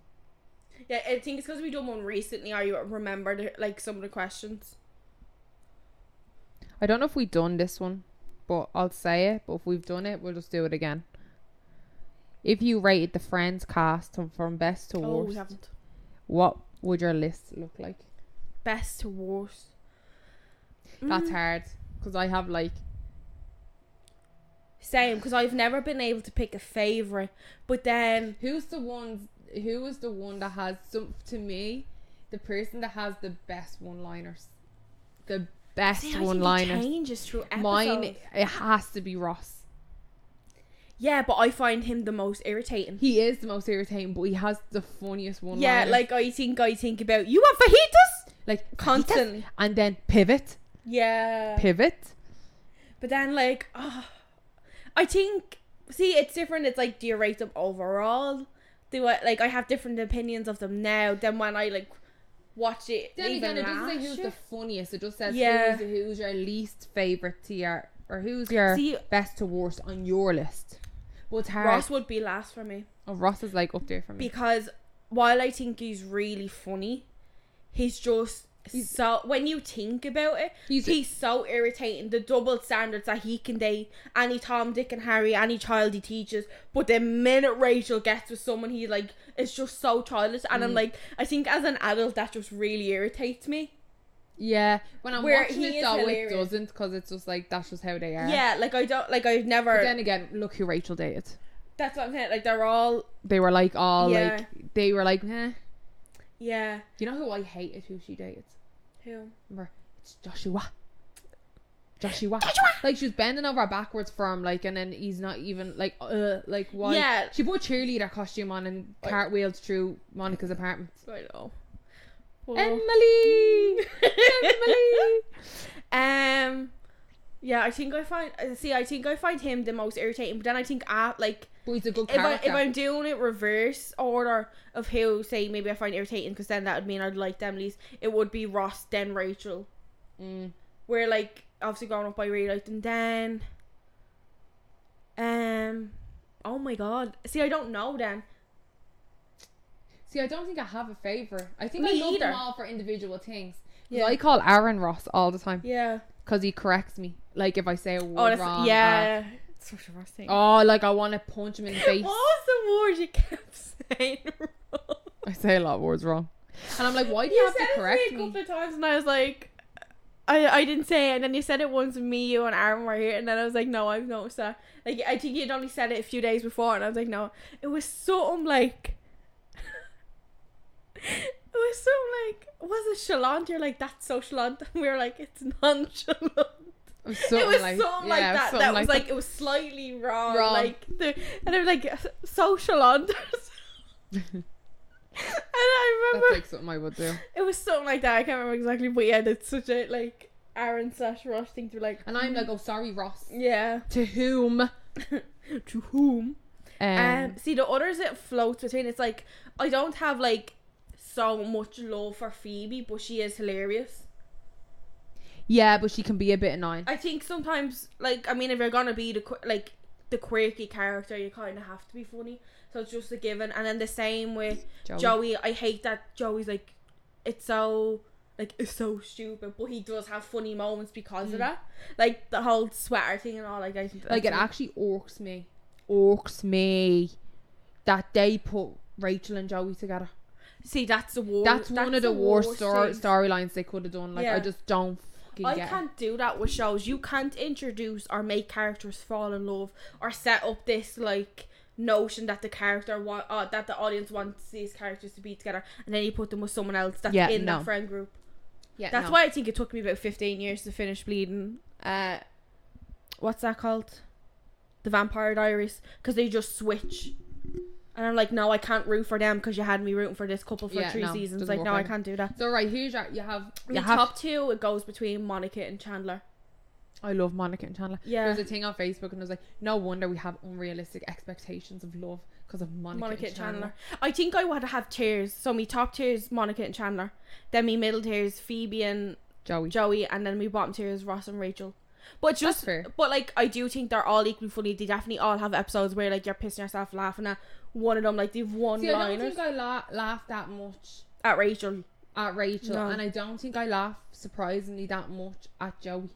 [SPEAKER 3] yeah, I think it's because we done one recently. Are you remembered like some of the questions?
[SPEAKER 4] I don't know if we've done this one, but I'll say it. But if we've done it, we'll just do it again. If you rated the Friends cast from- from best to
[SPEAKER 3] Oh, we
[SPEAKER 4] worst,
[SPEAKER 3] haven't.
[SPEAKER 4] what would your list look like?
[SPEAKER 3] Best to worst.
[SPEAKER 4] That's
[SPEAKER 3] Mm.
[SPEAKER 4] hard because I have like
[SPEAKER 3] Same, because I've never been able to pick a favorite. But then,
[SPEAKER 4] who's the one who is the one that has some to me the person that has the best one-liners, the best
[SPEAKER 3] See, I think it
[SPEAKER 4] one-liners.
[SPEAKER 3] changes through episode.
[SPEAKER 4] Mine it has to be Ross.
[SPEAKER 3] Yeah, but I find him the most irritating.
[SPEAKER 4] He is the most irritating, but he has the funniest one.
[SPEAKER 3] yeah, like I think I think about you want fajitas
[SPEAKER 4] like
[SPEAKER 3] constantly.
[SPEAKER 4] and then pivot,
[SPEAKER 3] Yeah,
[SPEAKER 4] pivot.
[SPEAKER 3] but then like, oh, I think see it's different. It's like do you rate them overall? Do I like I have different opinions of them now than when I like watch it.
[SPEAKER 4] Then again,
[SPEAKER 3] even
[SPEAKER 4] it doesn't say
[SPEAKER 3] last
[SPEAKER 4] who's
[SPEAKER 3] year.
[SPEAKER 4] the funniest. It just says
[SPEAKER 3] Yeah.
[SPEAKER 4] who's, who's your least favorite tier or who's your
[SPEAKER 3] See-
[SPEAKER 4] best to worst on your list. What's hard?
[SPEAKER 3] Ross would be last for me
[SPEAKER 4] oh, Ross is like up there for me.
[SPEAKER 3] because while I think he's really funny, he's just. so when you think about it,
[SPEAKER 4] He's-
[SPEAKER 3] he's so irritating. The double standards that he can date any Tom, Dick, and Harry, any child he teaches. But the minute Rachel gets with someone, he like it's just so childish. And
[SPEAKER 4] Mm.
[SPEAKER 3] I'm like, I think as an adult, that just really irritates me.
[SPEAKER 4] yeah, when I'm
[SPEAKER 3] Where
[SPEAKER 4] watching
[SPEAKER 3] he
[SPEAKER 4] it
[SPEAKER 3] is
[SPEAKER 4] though,
[SPEAKER 3] hilarious.
[SPEAKER 4] it doesn't because it's just like that's just how they are.
[SPEAKER 3] Yeah, like I don't like I've
[SPEAKER 4] But
[SPEAKER 3] never.
[SPEAKER 4] then again, look who Rachel dated.
[SPEAKER 3] that's what I'm saying. Like they're all
[SPEAKER 4] They were like all
[SPEAKER 3] Yeah.
[SPEAKER 4] like they were like, eh.
[SPEAKER 3] yeah.
[SPEAKER 4] You know who I hated who she dated?
[SPEAKER 3] Who?
[SPEAKER 4] remember it's Joshua. Joshua. Joshua. Like she was bending over backwards for him, like, and then he's not even like, uh, like why?
[SPEAKER 3] Yeah.
[SPEAKER 4] She put a cheerleader costume on and cartwheeled through Monica's apartment.
[SPEAKER 3] I know.
[SPEAKER 4] Emily, Emily.
[SPEAKER 3] Um, yeah, I think I find uh, see, I think I find him the most irritating. But then I think I like
[SPEAKER 4] But he's a good
[SPEAKER 3] if I
[SPEAKER 4] character.
[SPEAKER 3] if I'm doing it reverse order of who say maybe I find irritating because then that would mean I'd like them least. It would be Ross then Rachel.
[SPEAKER 4] Mm.
[SPEAKER 3] Where like obviously growing up I really liked them then. Um, oh my god, see I don't know then.
[SPEAKER 4] See, I don't think I have a favorite. I think
[SPEAKER 3] Me
[SPEAKER 4] I love
[SPEAKER 3] either.
[SPEAKER 4] them all for individual things. 'Cause
[SPEAKER 3] Yeah.
[SPEAKER 4] I call Aaron Ross all the time
[SPEAKER 3] Yeah.
[SPEAKER 4] because he corrects me. Like if I say a word
[SPEAKER 3] Oh, that's,
[SPEAKER 4] wrong.
[SPEAKER 3] yeah.
[SPEAKER 1] It's such a rough thing.
[SPEAKER 4] or- oh, like I want to punch him in the face.
[SPEAKER 3] What was the word you kept saying?
[SPEAKER 4] I say a lot of words wrong, and I'm like, why do you,
[SPEAKER 3] you
[SPEAKER 4] have
[SPEAKER 3] said
[SPEAKER 4] to correct
[SPEAKER 3] it to
[SPEAKER 4] me?
[SPEAKER 3] me a couple of times, and I was like, I, I didn't say it. And then you said it once, and me, you, and Aaron were here, and then I was like, no, I've noticed that. Like, I think you'd only said it a few days before, and I was like, no, it was something like, it was something like, was it chalant? You're like, that's so chalant, and we were like, it's nonchalant.
[SPEAKER 4] It was something
[SPEAKER 3] it was
[SPEAKER 4] like,
[SPEAKER 3] something
[SPEAKER 4] yeah,
[SPEAKER 3] like
[SPEAKER 4] it
[SPEAKER 3] that.
[SPEAKER 4] something
[SPEAKER 3] that was like, it was slightly wrong.
[SPEAKER 4] Wrong.
[SPEAKER 3] Like, the, and I'm like, so chalant. and I remember
[SPEAKER 4] That's like something I would do.
[SPEAKER 3] it was something like that. I can't remember exactly, but yeah, that's such a like Aaron slash Rush thing to be like. mm,
[SPEAKER 4] And I'm like, oh, sorry, Ross.
[SPEAKER 3] Yeah.
[SPEAKER 4] To whom? Um,
[SPEAKER 3] to whom? Um, see the others it floats between. It's like I don't have like so much love for Phoebe, but she is hilarious.
[SPEAKER 4] yeah, but she can be a bit annoying.
[SPEAKER 3] I think sometimes like I mean if you're gonna be the qu- like the quirky character, you kind of have to be funny. So it's just a given. And then the same with
[SPEAKER 4] Joey.
[SPEAKER 3] Joey. I hate that Joey's like, it's so like it's so stupid, but he does have funny moments because
[SPEAKER 4] Mm.
[SPEAKER 3] of that, like the whole sweater thing and all. Like I think
[SPEAKER 4] Like, it
[SPEAKER 3] that's-
[SPEAKER 4] actually orks me. Orks me. That they put Rachel and Joey together.
[SPEAKER 3] see that's the war.
[SPEAKER 4] That's, one of the worst stor-
[SPEAKER 3] things.
[SPEAKER 4] storylines they could have done. Like,
[SPEAKER 3] Yeah.
[SPEAKER 4] I just don't fucking
[SPEAKER 3] I
[SPEAKER 4] get it.
[SPEAKER 3] can't do that with shows. You can't introduce or make characters fall in love or set up this like notion that the character want uh, that the audience wants these characters to be together, and then you put them with someone else that's
[SPEAKER 4] Yeah,
[SPEAKER 3] in
[SPEAKER 4] no.
[SPEAKER 3] that friend group.
[SPEAKER 4] Yeah,
[SPEAKER 3] That's
[SPEAKER 4] no.
[SPEAKER 3] why I think it took me about 15 years to finish bleeding. Uh, what's that called? The Vampire Diaries. Because they just switch. And I'm like, no, I can't root for them because you had me rooting for this couple for
[SPEAKER 4] Yeah,
[SPEAKER 3] three
[SPEAKER 4] no,
[SPEAKER 3] seasons.
[SPEAKER 4] doesn't
[SPEAKER 3] Like,
[SPEAKER 4] work
[SPEAKER 3] no, I
[SPEAKER 4] either.
[SPEAKER 3] can't do that.
[SPEAKER 4] So, right, here's your. You have.
[SPEAKER 3] The
[SPEAKER 4] You have
[SPEAKER 3] top two, it goes between Monica and Chandler.
[SPEAKER 4] I love Monica and Chandler.
[SPEAKER 3] Yeah.
[SPEAKER 4] There was a thing on Facebook, and I was like, no wonder we have unrealistic expectations of love because of Monica,
[SPEAKER 3] Monica
[SPEAKER 4] and
[SPEAKER 3] and
[SPEAKER 4] Chandler.
[SPEAKER 3] Chandler. I think I would have tiers. So, me top tier is Monica and Chandler. Then, me middle tier is Phoebe and
[SPEAKER 4] Joey.
[SPEAKER 3] Joey, and then we bottom tier is Ross and Rachel. But just,
[SPEAKER 4] fair.
[SPEAKER 3] but like, I do think they're all equally funny. They definitely all have episodes where like you're pissing yourself laughing at one of them. Like they've one
[SPEAKER 4] See, I don't
[SPEAKER 3] liners
[SPEAKER 4] think I la- laughed that much
[SPEAKER 3] at Rachel.
[SPEAKER 4] at Rachel,
[SPEAKER 3] No.
[SPEAKER 4] and I don't think I laugh surprisingly that much at Joey.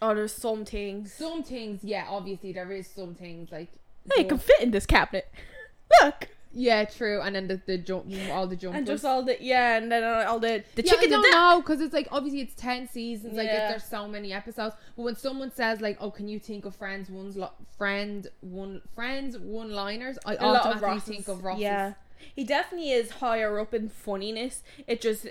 [SPEAKER 3] Oh, there's some things.
[SPEAKER 4] Some things, yeah, obviously there is some things like
[SPEAKER 3] Hey, it can fit in this cabinet. Look.
[SPEAKER 4] Yeah, true. And then the, the jump, all the jumpers.
[SPEAKER 3] And just all the yeah, and then all the the
[SPEAKER 4] yeah,
[SPEAKER 3] chicken.
[SPEAKER 4] I don't
[SPEAKER 3] did that.
[SPEAKER 4] know because it's like obviously it's ten seasons. Like
[SPEAKER 3] Yeah.
[SPEAKER 4] if there's so many episodes, but when someone says like, "Oh, can you think of Friends one's lo- friend one friends one liners?" I
[SPEAKER 3] A lot of
[SPEAKER 4] automatically
[SPEAKER 3] Rosses.
[SPEAKER 4] think of Ross's.
[SPEAKER 3] Yeah, he definitely is higher up in funniness. It just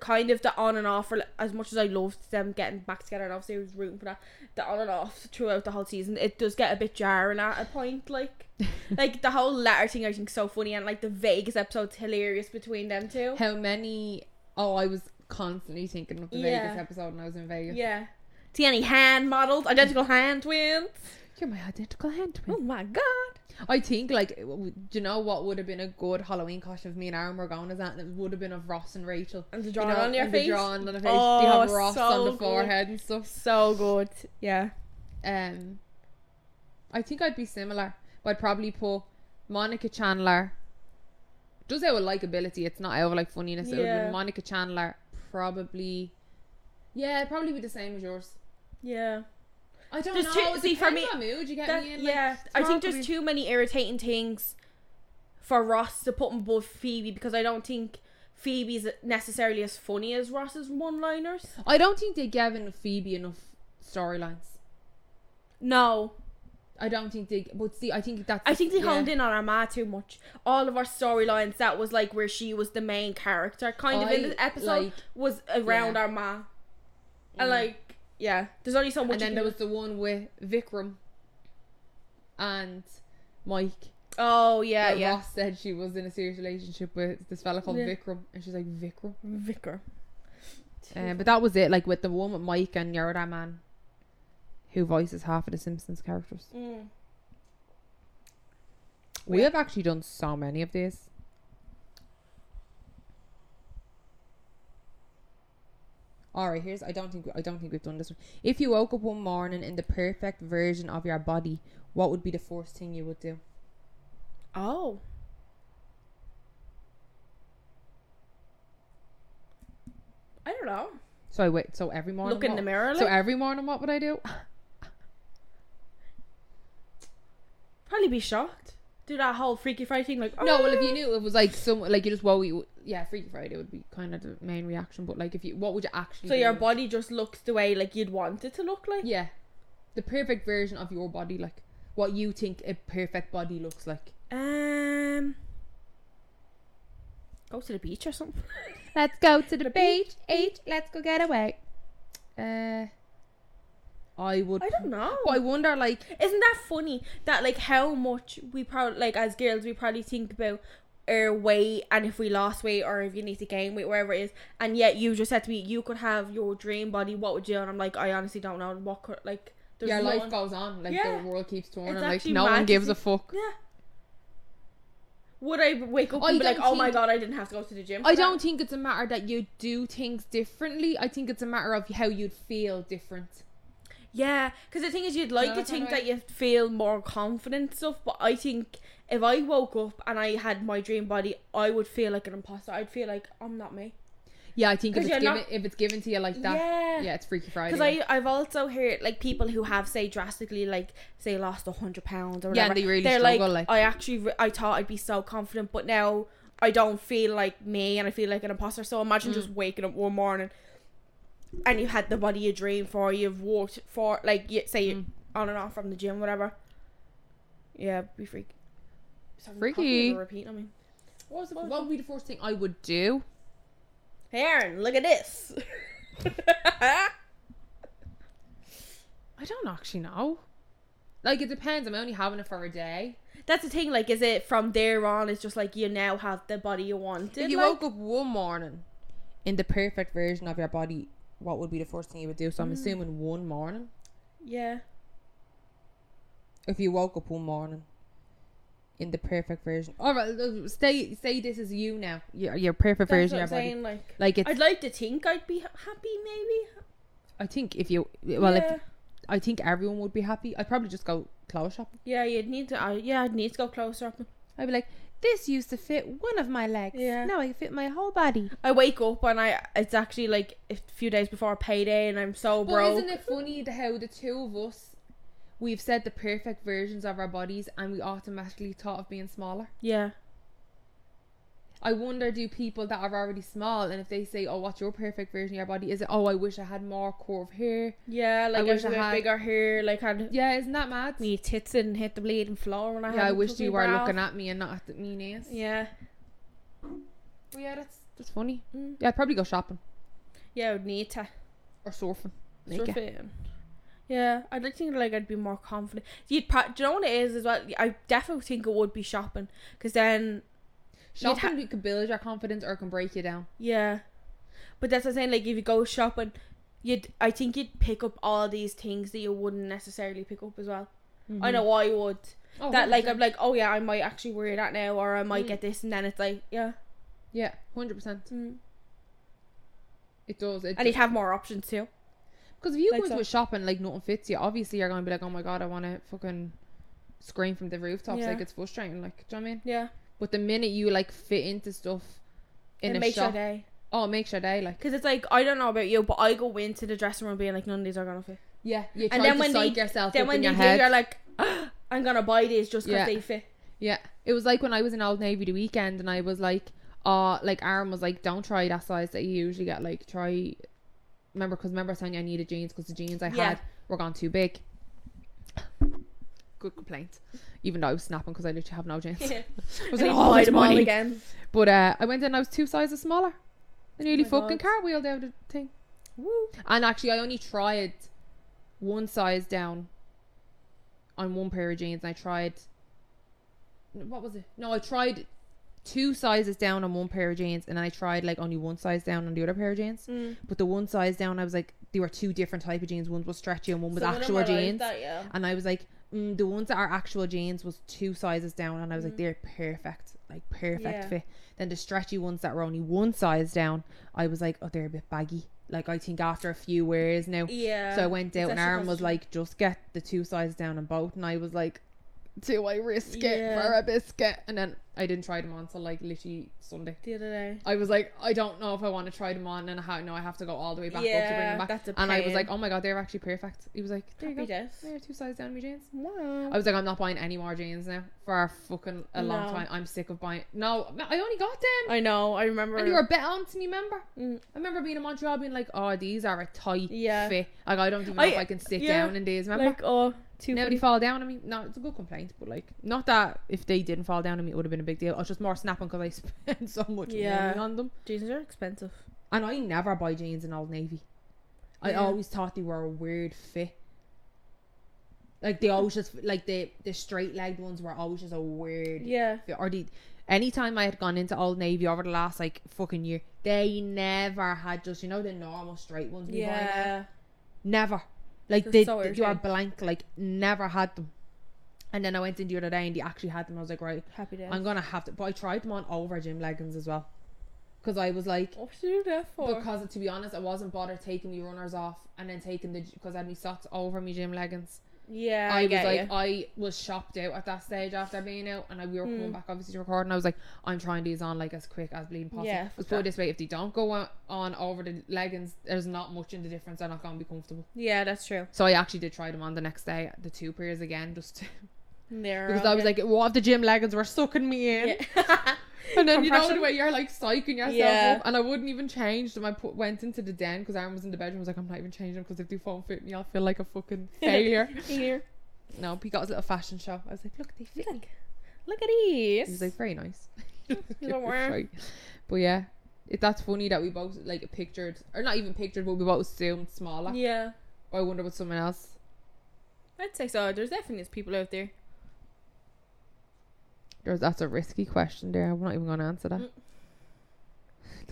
[SPEAKER 3] kind of the on and off. For as much as I loved them getting back together, and obviously I was rooting for that, the on and off throughout the whole season, it does get a bit jarring at a point. Like, like the whole letter thing, I think is so funny, and like the Vegas episode's hilarious between them two.
[SPEAKER 4] How many? Oh, I was constantly thinking of the
[SPEAKER 3] Yeah.
[SPEAKER 4] Vegas episode when I was in Vegas.
[SPEAKER 3] Yeah. See any hand models, identical hand twins.
[SPEAKER 4] You're my identical hand twin.
[SPEAKER 3] Oh my god.
[SPEAKER 4] I think like, w- w- do you know what would have been a good Halloween costume if me and Aaron were going as that? And it would have been of Ross and Rachel.
[SPEAKER 3] And the
[SPEAKER 4] You
[SPEAKER 3] drawing
[SPEAKER 4] know,
[SPEAKER 3] on your
[SPEAKER 4] and
[SPEAKER 3] face.
[SPEAKER 4] The drawing on the face. do you have
[SPEAKER 3] Oh,
[SPEAKER 4] Ross
[SPEAKER 3] so
[SPEAKER 4] on the
[SPEAKER 3] good.
[SPEAKER 4] forehead and stuff?
[SPEAKER 3] So good. Yeah.
[SPEAKER 4] Um, I think I'd be similar, but I'd probably put Monica Chandler. Just out of likability, it's not out of like funniness. It would have
[SPEAKER 3] Yeah.
[SPEAKER 4] been Monica Chandler, probably. Yeah, it'd probably be the same as yours.
[SPEAKER 3] Yeah.
[SPEAKER 4] I don't
[SPEAKER 3] There's
[SPEAKER 4] know.
[SPEAKER 3] two-
[SPEAKER 4] it
[SPEAKER 3] see, for
[SPEAKER 4] depends
[SPEAKER 3] me-
[SPEAKER 4] on mood. You get
[SPEAKER 3] That-
[SPEAKER 4] me in, like,
[SPEAKER 3] yeah. I think there's
[SPEAKER 4] probably-
[SPEAKER 3] too many irritating things for Ross to put on both Phoebe because I don't think Phoebe's necessarily as funny as Ross's one liners.
[SPEAKER 4] I don't think they gave in Phoebe enough storylines.
[SPEAKER 3] No.
[SPEAKER 4] I don't think they. But see, I think that's.
[SPEAKER 3] I think they
[SPEAKER 4] yeah.
[SPEAKER 3] honed in on our ma too much. All of our storylines that was like where she was the main character, kind of in
[SPEAKER 4] I,
[SPEAKER 3] the episode,
[SPEAKER 4] like-
[SPEAKER 3] was around
[SPEAKER 4] yeah.
[SPEAKER 3] our ma. And like, yeah, there's only so much.
[SPEAKER 4] And
[SPEAKER 3] you
[SPEAKER 4] then
[SPEAKER 3] can
[SPEAKER 4] there
[SPEAKER 3] do.
[SPEAKER 4] was the one with Vikram and Mike.
[SPEAKER 3] oh yeah,
[SPEAKER 4] Where
[SPEAKER 3] yeah,
[SPEAKER 4] Ross said she was in a serious relationship with this fella called
[SPEAKER 3] Yeah.
[SPEAKER 4] Vikram, and she's like Vikram.
[SPEAKER 3] Vicar.
[SPEAKER 4] Um, but that was it. Like with the one with Mike and you're that man, who voices half of the Simpsons characters.
[SPEAKER 3] Mm.
[SPEAKER 4] We have actually done so many of these. All right, here's I don't think I don't think we've done this one. If you woke up one morning in the perfect version of your body, what would be the first thing you would do?
[SPEAKER 3] Oh. I don't know.
[SPEAKER 4] So I wait. So every morning,
[SPEAKER 3] Look in
[SPEAKER 4] what-
[SPEAKER 3] the mirror. Like,
[SPEAKER 4] So uh, every morning, what would I do?
[SPEAKER 3] probably be shocked. Do that whole Freaky Friday thing, like
[SPEAKER 4] No, well, if
[SPEAKER 3] "Ah."
[SPEAKER 4] you knew it was like some, like you just whoa, you, yeah, Freaky Friday would be kind of the main reaction. But like, if you, what would you actually?
[SPEAKER 3] So
[SPEAKER 4] do?
[SPEAKER 3] your body just looks the way like you'd want it to look like.
[SPEAKER 4] yeah, the perfect version of your body, like what you think a perfect body looks like.
[SPEAKER 3] Um. Go to the beach or something.
[SPEAKER 4] Let's go to the beach, each. Let's go get away. Uh, I would.
[SPEAKER 3] I don't know.
[SPEAKER 4] But I wonder, like,
[SPEAKER 3] Isn't that funny? That like how much we probably like as girls we probably think about our weight and if we lost weight or if you need to gain weight, wherever it is. And yet you just said to me, you could have your dream body. What would you? And I'm like, I honestly don't know. What could like? There's
[SPEAKER 4] your life
[SPEAKER 3] nothing-
[SPEAKER 4] goes on, like
[SPEAKER 3] Yeah.
[SPEAKER 4] the world keeps turning,
[SPEAKER 3] It's
[SPEAKER 4] like
[SPEAKER 3] actually
[SPEAKER 4] no one
[SPEAKER 3] mad to
[SPEAKER 4] gives a
[SPEAKER 3] think-
[SPEAKER 4] fuck.
[SPEAKER 3] Yeah. Would I wake up
[SPEAKER 4] I
[SPEAKER 3] and be like,
[SPEAKER 4] don't
[SPEAKER 3] oh my
[SPEAKER 4] think-
[SPEAKER 3] god, I didn't have to go to the gym? for
[SPEAKER 4] I
[SPEAKER 3] that?"
[SPEAKER 4] don't think it's a matter that you do things differently. I think it's a matter of how you'd feel different.
[SPEAKER 3] Yeah, because the thing is, you'd like
[SPEAKER 4] know
[SPEAKER 3] to
[SPEAKER 4] what I'm
[SPEAKER 3] think
[SPEAKER 4] talking
[SPEAKER 3] that you feel more confident and stuff, but I think if I woke up and I had my dream body, I would feel like an imposter. I'd feel like I'm not me.
[SPEAKER 4] Yeah, I think if
[SPEAKER 3] 'Cause
[SPEAKER 4] it's
[SPEAKER 3] you're
[SPEAKER 4] given
[SPEAKER 3] not-
[SPEAKER 4] if it's given to you like that, yeah,
[SPEAKER 3] Yeah.
[SPEAKER 4] it's Freaky Friday.
[SPEAKER 3] Because I I've also heard like people who have say drastically like say lost a hundred pounds or
[SPEAKER 4] Yeah,
[SPEAKER 3] whatever.
[SPEAKER 4] and they really
[SPEAKER 3] They're
[SPEAKER 4] struggle,
[SPEAKER 3] like,
[SPEAKER 4] like-
[SPEAKER 3] I actually re- I thought I'd be so confident, but now I don't feel like me, and I feel like an imposter. So imagine
[SPEAKER 4] Mm.
[SPEAKER 3] just waking up one morning and you had the body you dreamed for, you've walked for like you, say
[SPEAKER 4] Mm.
[SPEAKER 3] you on and off from the gym, whatever. Yeah, be freak. Sorry,
[SPEAKER 4] Freaky.
[SPEAKER 3] coffee is a Repeat. I mean,
[SPEAKER 4] what, was the, what would be the first thing I would do?
[SPEAKER 3] hey Aaron, look at this.
[SPEAKER 4] I don't actually know. Like it depends. I'm only having it for a day.
[SPEAKER 3] That's the thing. Like, is it from there on? It's just like you now have the body you wanted.
[SPEAKER 4] if you
[SPEAKER 3] like?
[SPEAKER 4] woke up one morning in the perfect version of your body, what would be the first thing you would do? So
[SPEAKER 3] Hmm.
[SPEAKER 4] I'm assuming one morning.
[SPEAKER 3] Yeah.
[SPEAKER 4] If you woke up one morning in the perfect version, all right, uh, say say this is you now. Your your perfect
[SPEAKER 3] That's
[SPEAKER 4] version
[SPEAKER 3] what I'm
[SPEAKER 4] of your
[SPEAKER 3] saying.
[SPEAKER 4] body.
[SPEAKER 3] Like,
[SPEAKER 4] Like it's.
[SPEAKER 3] I'd like to think I'd be ha- happy, maybe.
[SPEAKER 4] I think if you well,
[SPEAKER 3] yeah.
[SPEAKER 4] if I think everyone would be happy. I'd probably just go clothes shopping.
[SPEAKER 3] yeah, you'd need to. Uh, yeah, I'd need to go closer up.
[SPEAKER 4] I'd be like, this used to fit one of my legs.
[SPEAKER 3] Yeah.
[SPEAKER 4] Now I fit my whole body.
[SPEAKER 3] I wake up and I. It's actually like a few days before payday, and I'm so
[SPEAKER 4] But
[SPEAKER 3] broke.
[SPEAKER 4] isn't it funny the- how the two of us we've said the perfect versions of our bodies and we automatically thought of being smaller.
[SPEAKER 3] Yeah.
[SPEAKER 4] I wonder do people that are already small and if they say, Oh, what's your perfect version of your body? Is it oh I wish I had more curve hair?
[SPEAKER 3] Yeah, like I,
[SPEAKER 4] wish
[SPEAKER 3] wish I
[SPEAKER 4] I
[SPEAKER 3] had
[SPEAKER 4] had-
[SPEAKER 3] bigger hair, like had
[SPEAKER 4] Yeah, isn't that mad?
[SPEAKER 3] me tits didn't hit the bleeding floor when I had
[SPEAKER 4] yeah, I
[SPEAKER 3] them
[SPEAKER 4] wish
[SPEAKER 3] took
[SPEAKER 4] you
[SPEAKER 3] me
[SPEAKER 4] were
[SPEAKER 3] brow.
[SPEAKER 4] looking at me and not at the me nails.
[SPEAKER 3] Yeah.
[SPEAKER 4] Well, yeah, that's that's funny.
[SPEAKER 3] Mm.
[SPEAKER 4] Yeah, I'd probably go shopping
[SPEAKER 3] Yeah, I would need to
[SPEAKER 4] or surfing.
[SPEAKER 3] surf
[SPEAKER 4] Naked.
[SPEAKER 3] it. Yeah, I'd like to think like I'd be more confident. You'd pro- do you know what it is as well? I definitely think it would be shopping, cause then You'd
[SPEAKER 4] Shopping we could build your confidence or it can break you down.
[SPEAKER 3] Yeah, but that's what I'm saying. Like if you go shopping, you'd I think you'd pick up all these things that you wouldn't necessarily pick up as well. I know I would.
[SPEAKER 4] Mm-hmm. Oh,
[SPEAKER 3] that like
[SPEAKER 4] 100%.
[SPEAKER 3] I'm like, oh yeah, I might actually wear that now, or I might
[SPEAKER 4] Mm.
[SPEAKER 3] get this, and then it's like, yeah,
[SPEAKER 4] Yeah, hundred percent. It does. It
[SPEAKER 3] and you'd have more options too.
[SPEAKER 4] because if you
[SPEAKER 3] like
[SPEAKER 4] go into
[SPEAKER 3] so-
[SPEAKER 4] a shop and like nothing fits you, obviously you're gonna be like, oh my god, I want to fucking scream from the rooftops.
[SPEAKER 3] Yeah.
[SPEAKER 4] Like it's frustrating. Like, do you know what I mean?
[SPEAKER 3] Yeah,
[SPEAKER 4] But the minute you like fit into stuff in
[SPEAKER 3] it
[SPEAKER 4] a
[SPEAKER 3] makes your
[SPEAKER 4] shop,
[SPEAKER 3] day.
[SPEAKER 4] oh, it makes your day. Like,
[SPEAKER 3] Cause it's like I don't know about you, but I go into the dressing room being like, none of these are gonna fit.
[SPEAKER 4] yeah, you try
[SPEAKER 3] And then
[SPEAKER 4] to
[SPEAKER 3] when they
[SPEAKER 4] psych yourself
[SPEAKER 3] then
[SPEAKER 4] up
[SPEAKER 3] when
[SPEAKER 4] in
[SPEAKER 3] they
[SPEAKER 4] your
[SPEAKER 3] do,
[SPEAKER 4] head.
[SPEAKER 3] you're like, "Ah, I'm gonna buy these just cause
[SPEAKER 4] Yeah.
[SPEAKER 3] they fit.
[SPEAKER 4] Yeah, it was like when I was in Old Navy the weekend, and I was like, "Uh, like Aaron was like, don't try that size that you usually get. Like, try, remember, because remember, I was telling you I needed jeans because the jeans I
[SPEAKER 3] Yeah.
[SPEAKER 4] had were gone too big." Good complaint. Even though I was snapping because I literally have no jeans. I was like,
[SPEAKER 3] And you
[SPEAKER 4] "Oh,
[SPEAKER 3] buy
[SPEAKER 4] it's
[SPEAKER 3] them all
[SPEAKER 4] money."
[SPEAKER 3] again.
[SPEAKER 4] But uh, I went in, and I was two sizes smaller. I nearly
[SPEAKER 3] Oh my
[SPEAKER 4] fucking
[SPEAKER 3] God.
[SPEAKER 4] cartwheeled out of the thing.
[SPEAKER 3] Woo.
[SPEAKER 4] And actually, I only tried one size down on one pair of jeans, and I tried. What was it? No, I tried two sizes down on one pair of jeans, and I tried like only one size down on the other pair of jeans.
[SPEAKER 3] Mm.
[SPEAKER 4] But the one size down, I was like, they were two different type of jeans. One was stretchy, and one was
[SPEAKER 3] Some of them
[SPEAKER 4] actual
[SPEAKER 3] are like
[SPEAKER 4] jeans.
[SPEAKER 3] that, yeah.
[SPEAKER 4] And I was like, mm, the ones that are actual jeans was two sizes down, and I was like, they're perfect, like perfect
[SPEAKER 3] Mm. Yeah.
[SPEAKER 4] fit. Then the stretchy ones that were only one size down, I was like, oh, they're a bit baggy. Like I think after a few wears now.
[SPEAKER 3] Yeah.
[SPEAKER 4] So I went out, and
[SPEAKER 3] That's the
[SPEAKER 4] Aaron was
[SPEAKER 3] question.
[SPEAKER 4] like, just get the two sizes down on both, and I was like, do I risk it
[SPEAKER 3] Yeah.
[SPEAKER 4] for a biscuit? And then I didn't try them on till like literally Sunday.
[SPEAKER 3] the other day.
[SPEAKER 4] I was like, I don't know if I want to try them on, and how no, I have to go all the way back up to bring
[SPEAKER 3] Yeah,
[SPEAKER 4] them back.
[SPEAKER 3] that's a
[SPEAKER 4] and I was
[SPEAKER 3] pain.
[SPEAKER 4] like, oh my god, they're actually perfect. He was like, there you
[SPEAKER 3] Happy
[SPEAKER 4] go.
[SPEAKER 3] days.
[SPEAKER 4] They're two sizes down my jeans. I was like, I'm not buying any more jeans now for fucking a long
[SPEAKER 3] No.
[SPEAKER 4] time. I'm sick of buying. No, ma- I only got them.
[SPEAKER 3] I know. I remember.
[SPEAKER 4] and you were a bit on to me, remember?
[SPEAKER 3] Mm.
[SPEAKER 4] I remember being in Montreal being like, oh, these are a tight
[SPEAKER 3] Yeah.
[SPEAKER 4] fit. Like, I don't even know if
[SPEAKER 3] I-
[SPEAKER 4] I can sit
[SPEAKER 3] yeah,
[SPEAKER 4] down in these, remember?
[SPEAKER 3] like oh two.
[SPEAKER 4] now they fall down on me. No, it's a good complaint, but like, not that if they didn't fall down on me, it would have been a big deal. I was just more snapping because I spent so much
[SPEAKER 3] Yeah.
[SPEAKER 4] money on them.
[SPEAKER 3] jeans are expensive.
[SPEAKER 4] And I never buy jeans in Old Navy. I
[SPEAKER 3] Yeah.
[SPEAKER 4] always thought they were a weird fit. Like they always just like the the straight legged ones were always just a weird
[SPEAKER 3] Yeah.
[SPEAKER 4] fit. Or the anytime I had gone into Old Navy over the last like fucking year, they never had just you know the normal straight ones. we buy now.
[SPEAKER 3] Yeah.
[SPEAKER 4] Never. Like
[SPEAKER 3] That's
[SPEAKER 4] they,
[SPEAKER 3] so
[SPEAKER 4] they- they were
[SPEAKER 3] irritating.
[SPEAKER 4] blank. Like never had them. And then I went in the other day and they actually had them. I was like, right,
[SPEAKER 3] Happy days.
[SPEAKER 4] I'm gonna have to. But I tried them on over gym leggings as well, because I was like,
[SPEAKER 3] What should you do that for?
[SPEAKER 4] because to be honest, I wasn't bothered taking my runners off and then taking the because I had my socks over my gym leggings.
[SPEAKER 3] yeah, I,
[SPEAKER 4] I, was
[SPEAKER 3] get
[SPEAKER 4] like, oh.
[SPEAKER 3] you.
[SPEAKER 4] I was shopped out at that stage after being out, and I, we were
[SPEAKER 3] Mm.
[SPEAKER 4] coming back obviously to record, and I was like, I'm trying these on like as quick as bleeding possible.
[SPEAKER 3] Yeah,
[SPEAKER 4] Let's
[SPEAKER 3] fuck
[SPEAKER 4] put it
[SPEAKER 3] that.
[SPEAKER 4] this way: if they don't go on- on over the leggings, there's not much in the difference. They're not going to be comfortable.
[SPEAKER 3] yeah, that's true.
[SPEAKER 4] So I actually did try them on the next day, the two pairs again, just to-
[SPEAKER 3] They're
[SPEAKER 4] because I was like, what if the gym leggings were sucking me in?
[SPEAKER 3] yeah.
[SPEAKER 4] And then you know the
[SPEAKER 3] Compression.
[SPEAKER 4] way you're like psyching yourself
[SPEAKER 3] Yeah.
[SPEAKER 4] up, and I wouldn't even change them. I put, went into the den because Aaron was in the bedroom. I was like, I'm not even changing them because if they won't fit me, I'll feel like a fucking failure.
[SPEAKER 3] Here.
[SPEAKER 4] no, he got his little fashion show. I was like, look, they fit. me."
[SPEAKER 3] Look. Look at
[SPEAKER 4] He was
[SPEAKER 3] these.
[SPEAKER 4] like, very nice.
[SPEAKER 3] Don't worry.
[SPEAKER 4] But yeah, it, that's funny that we both like pictured, or not even pictured, but we both assumed smaller.
[SPEAKER 3] yeah,
[SPEAKER 4] I wonder what someone else.
[SPEAKER 3] I'd say so. There's definitely people out there.
[SPEAKER 4] There's, that's a risky question there. I'm not even going to answer
[SPEAKER 3] Mm.
[SPEAKER 4] that.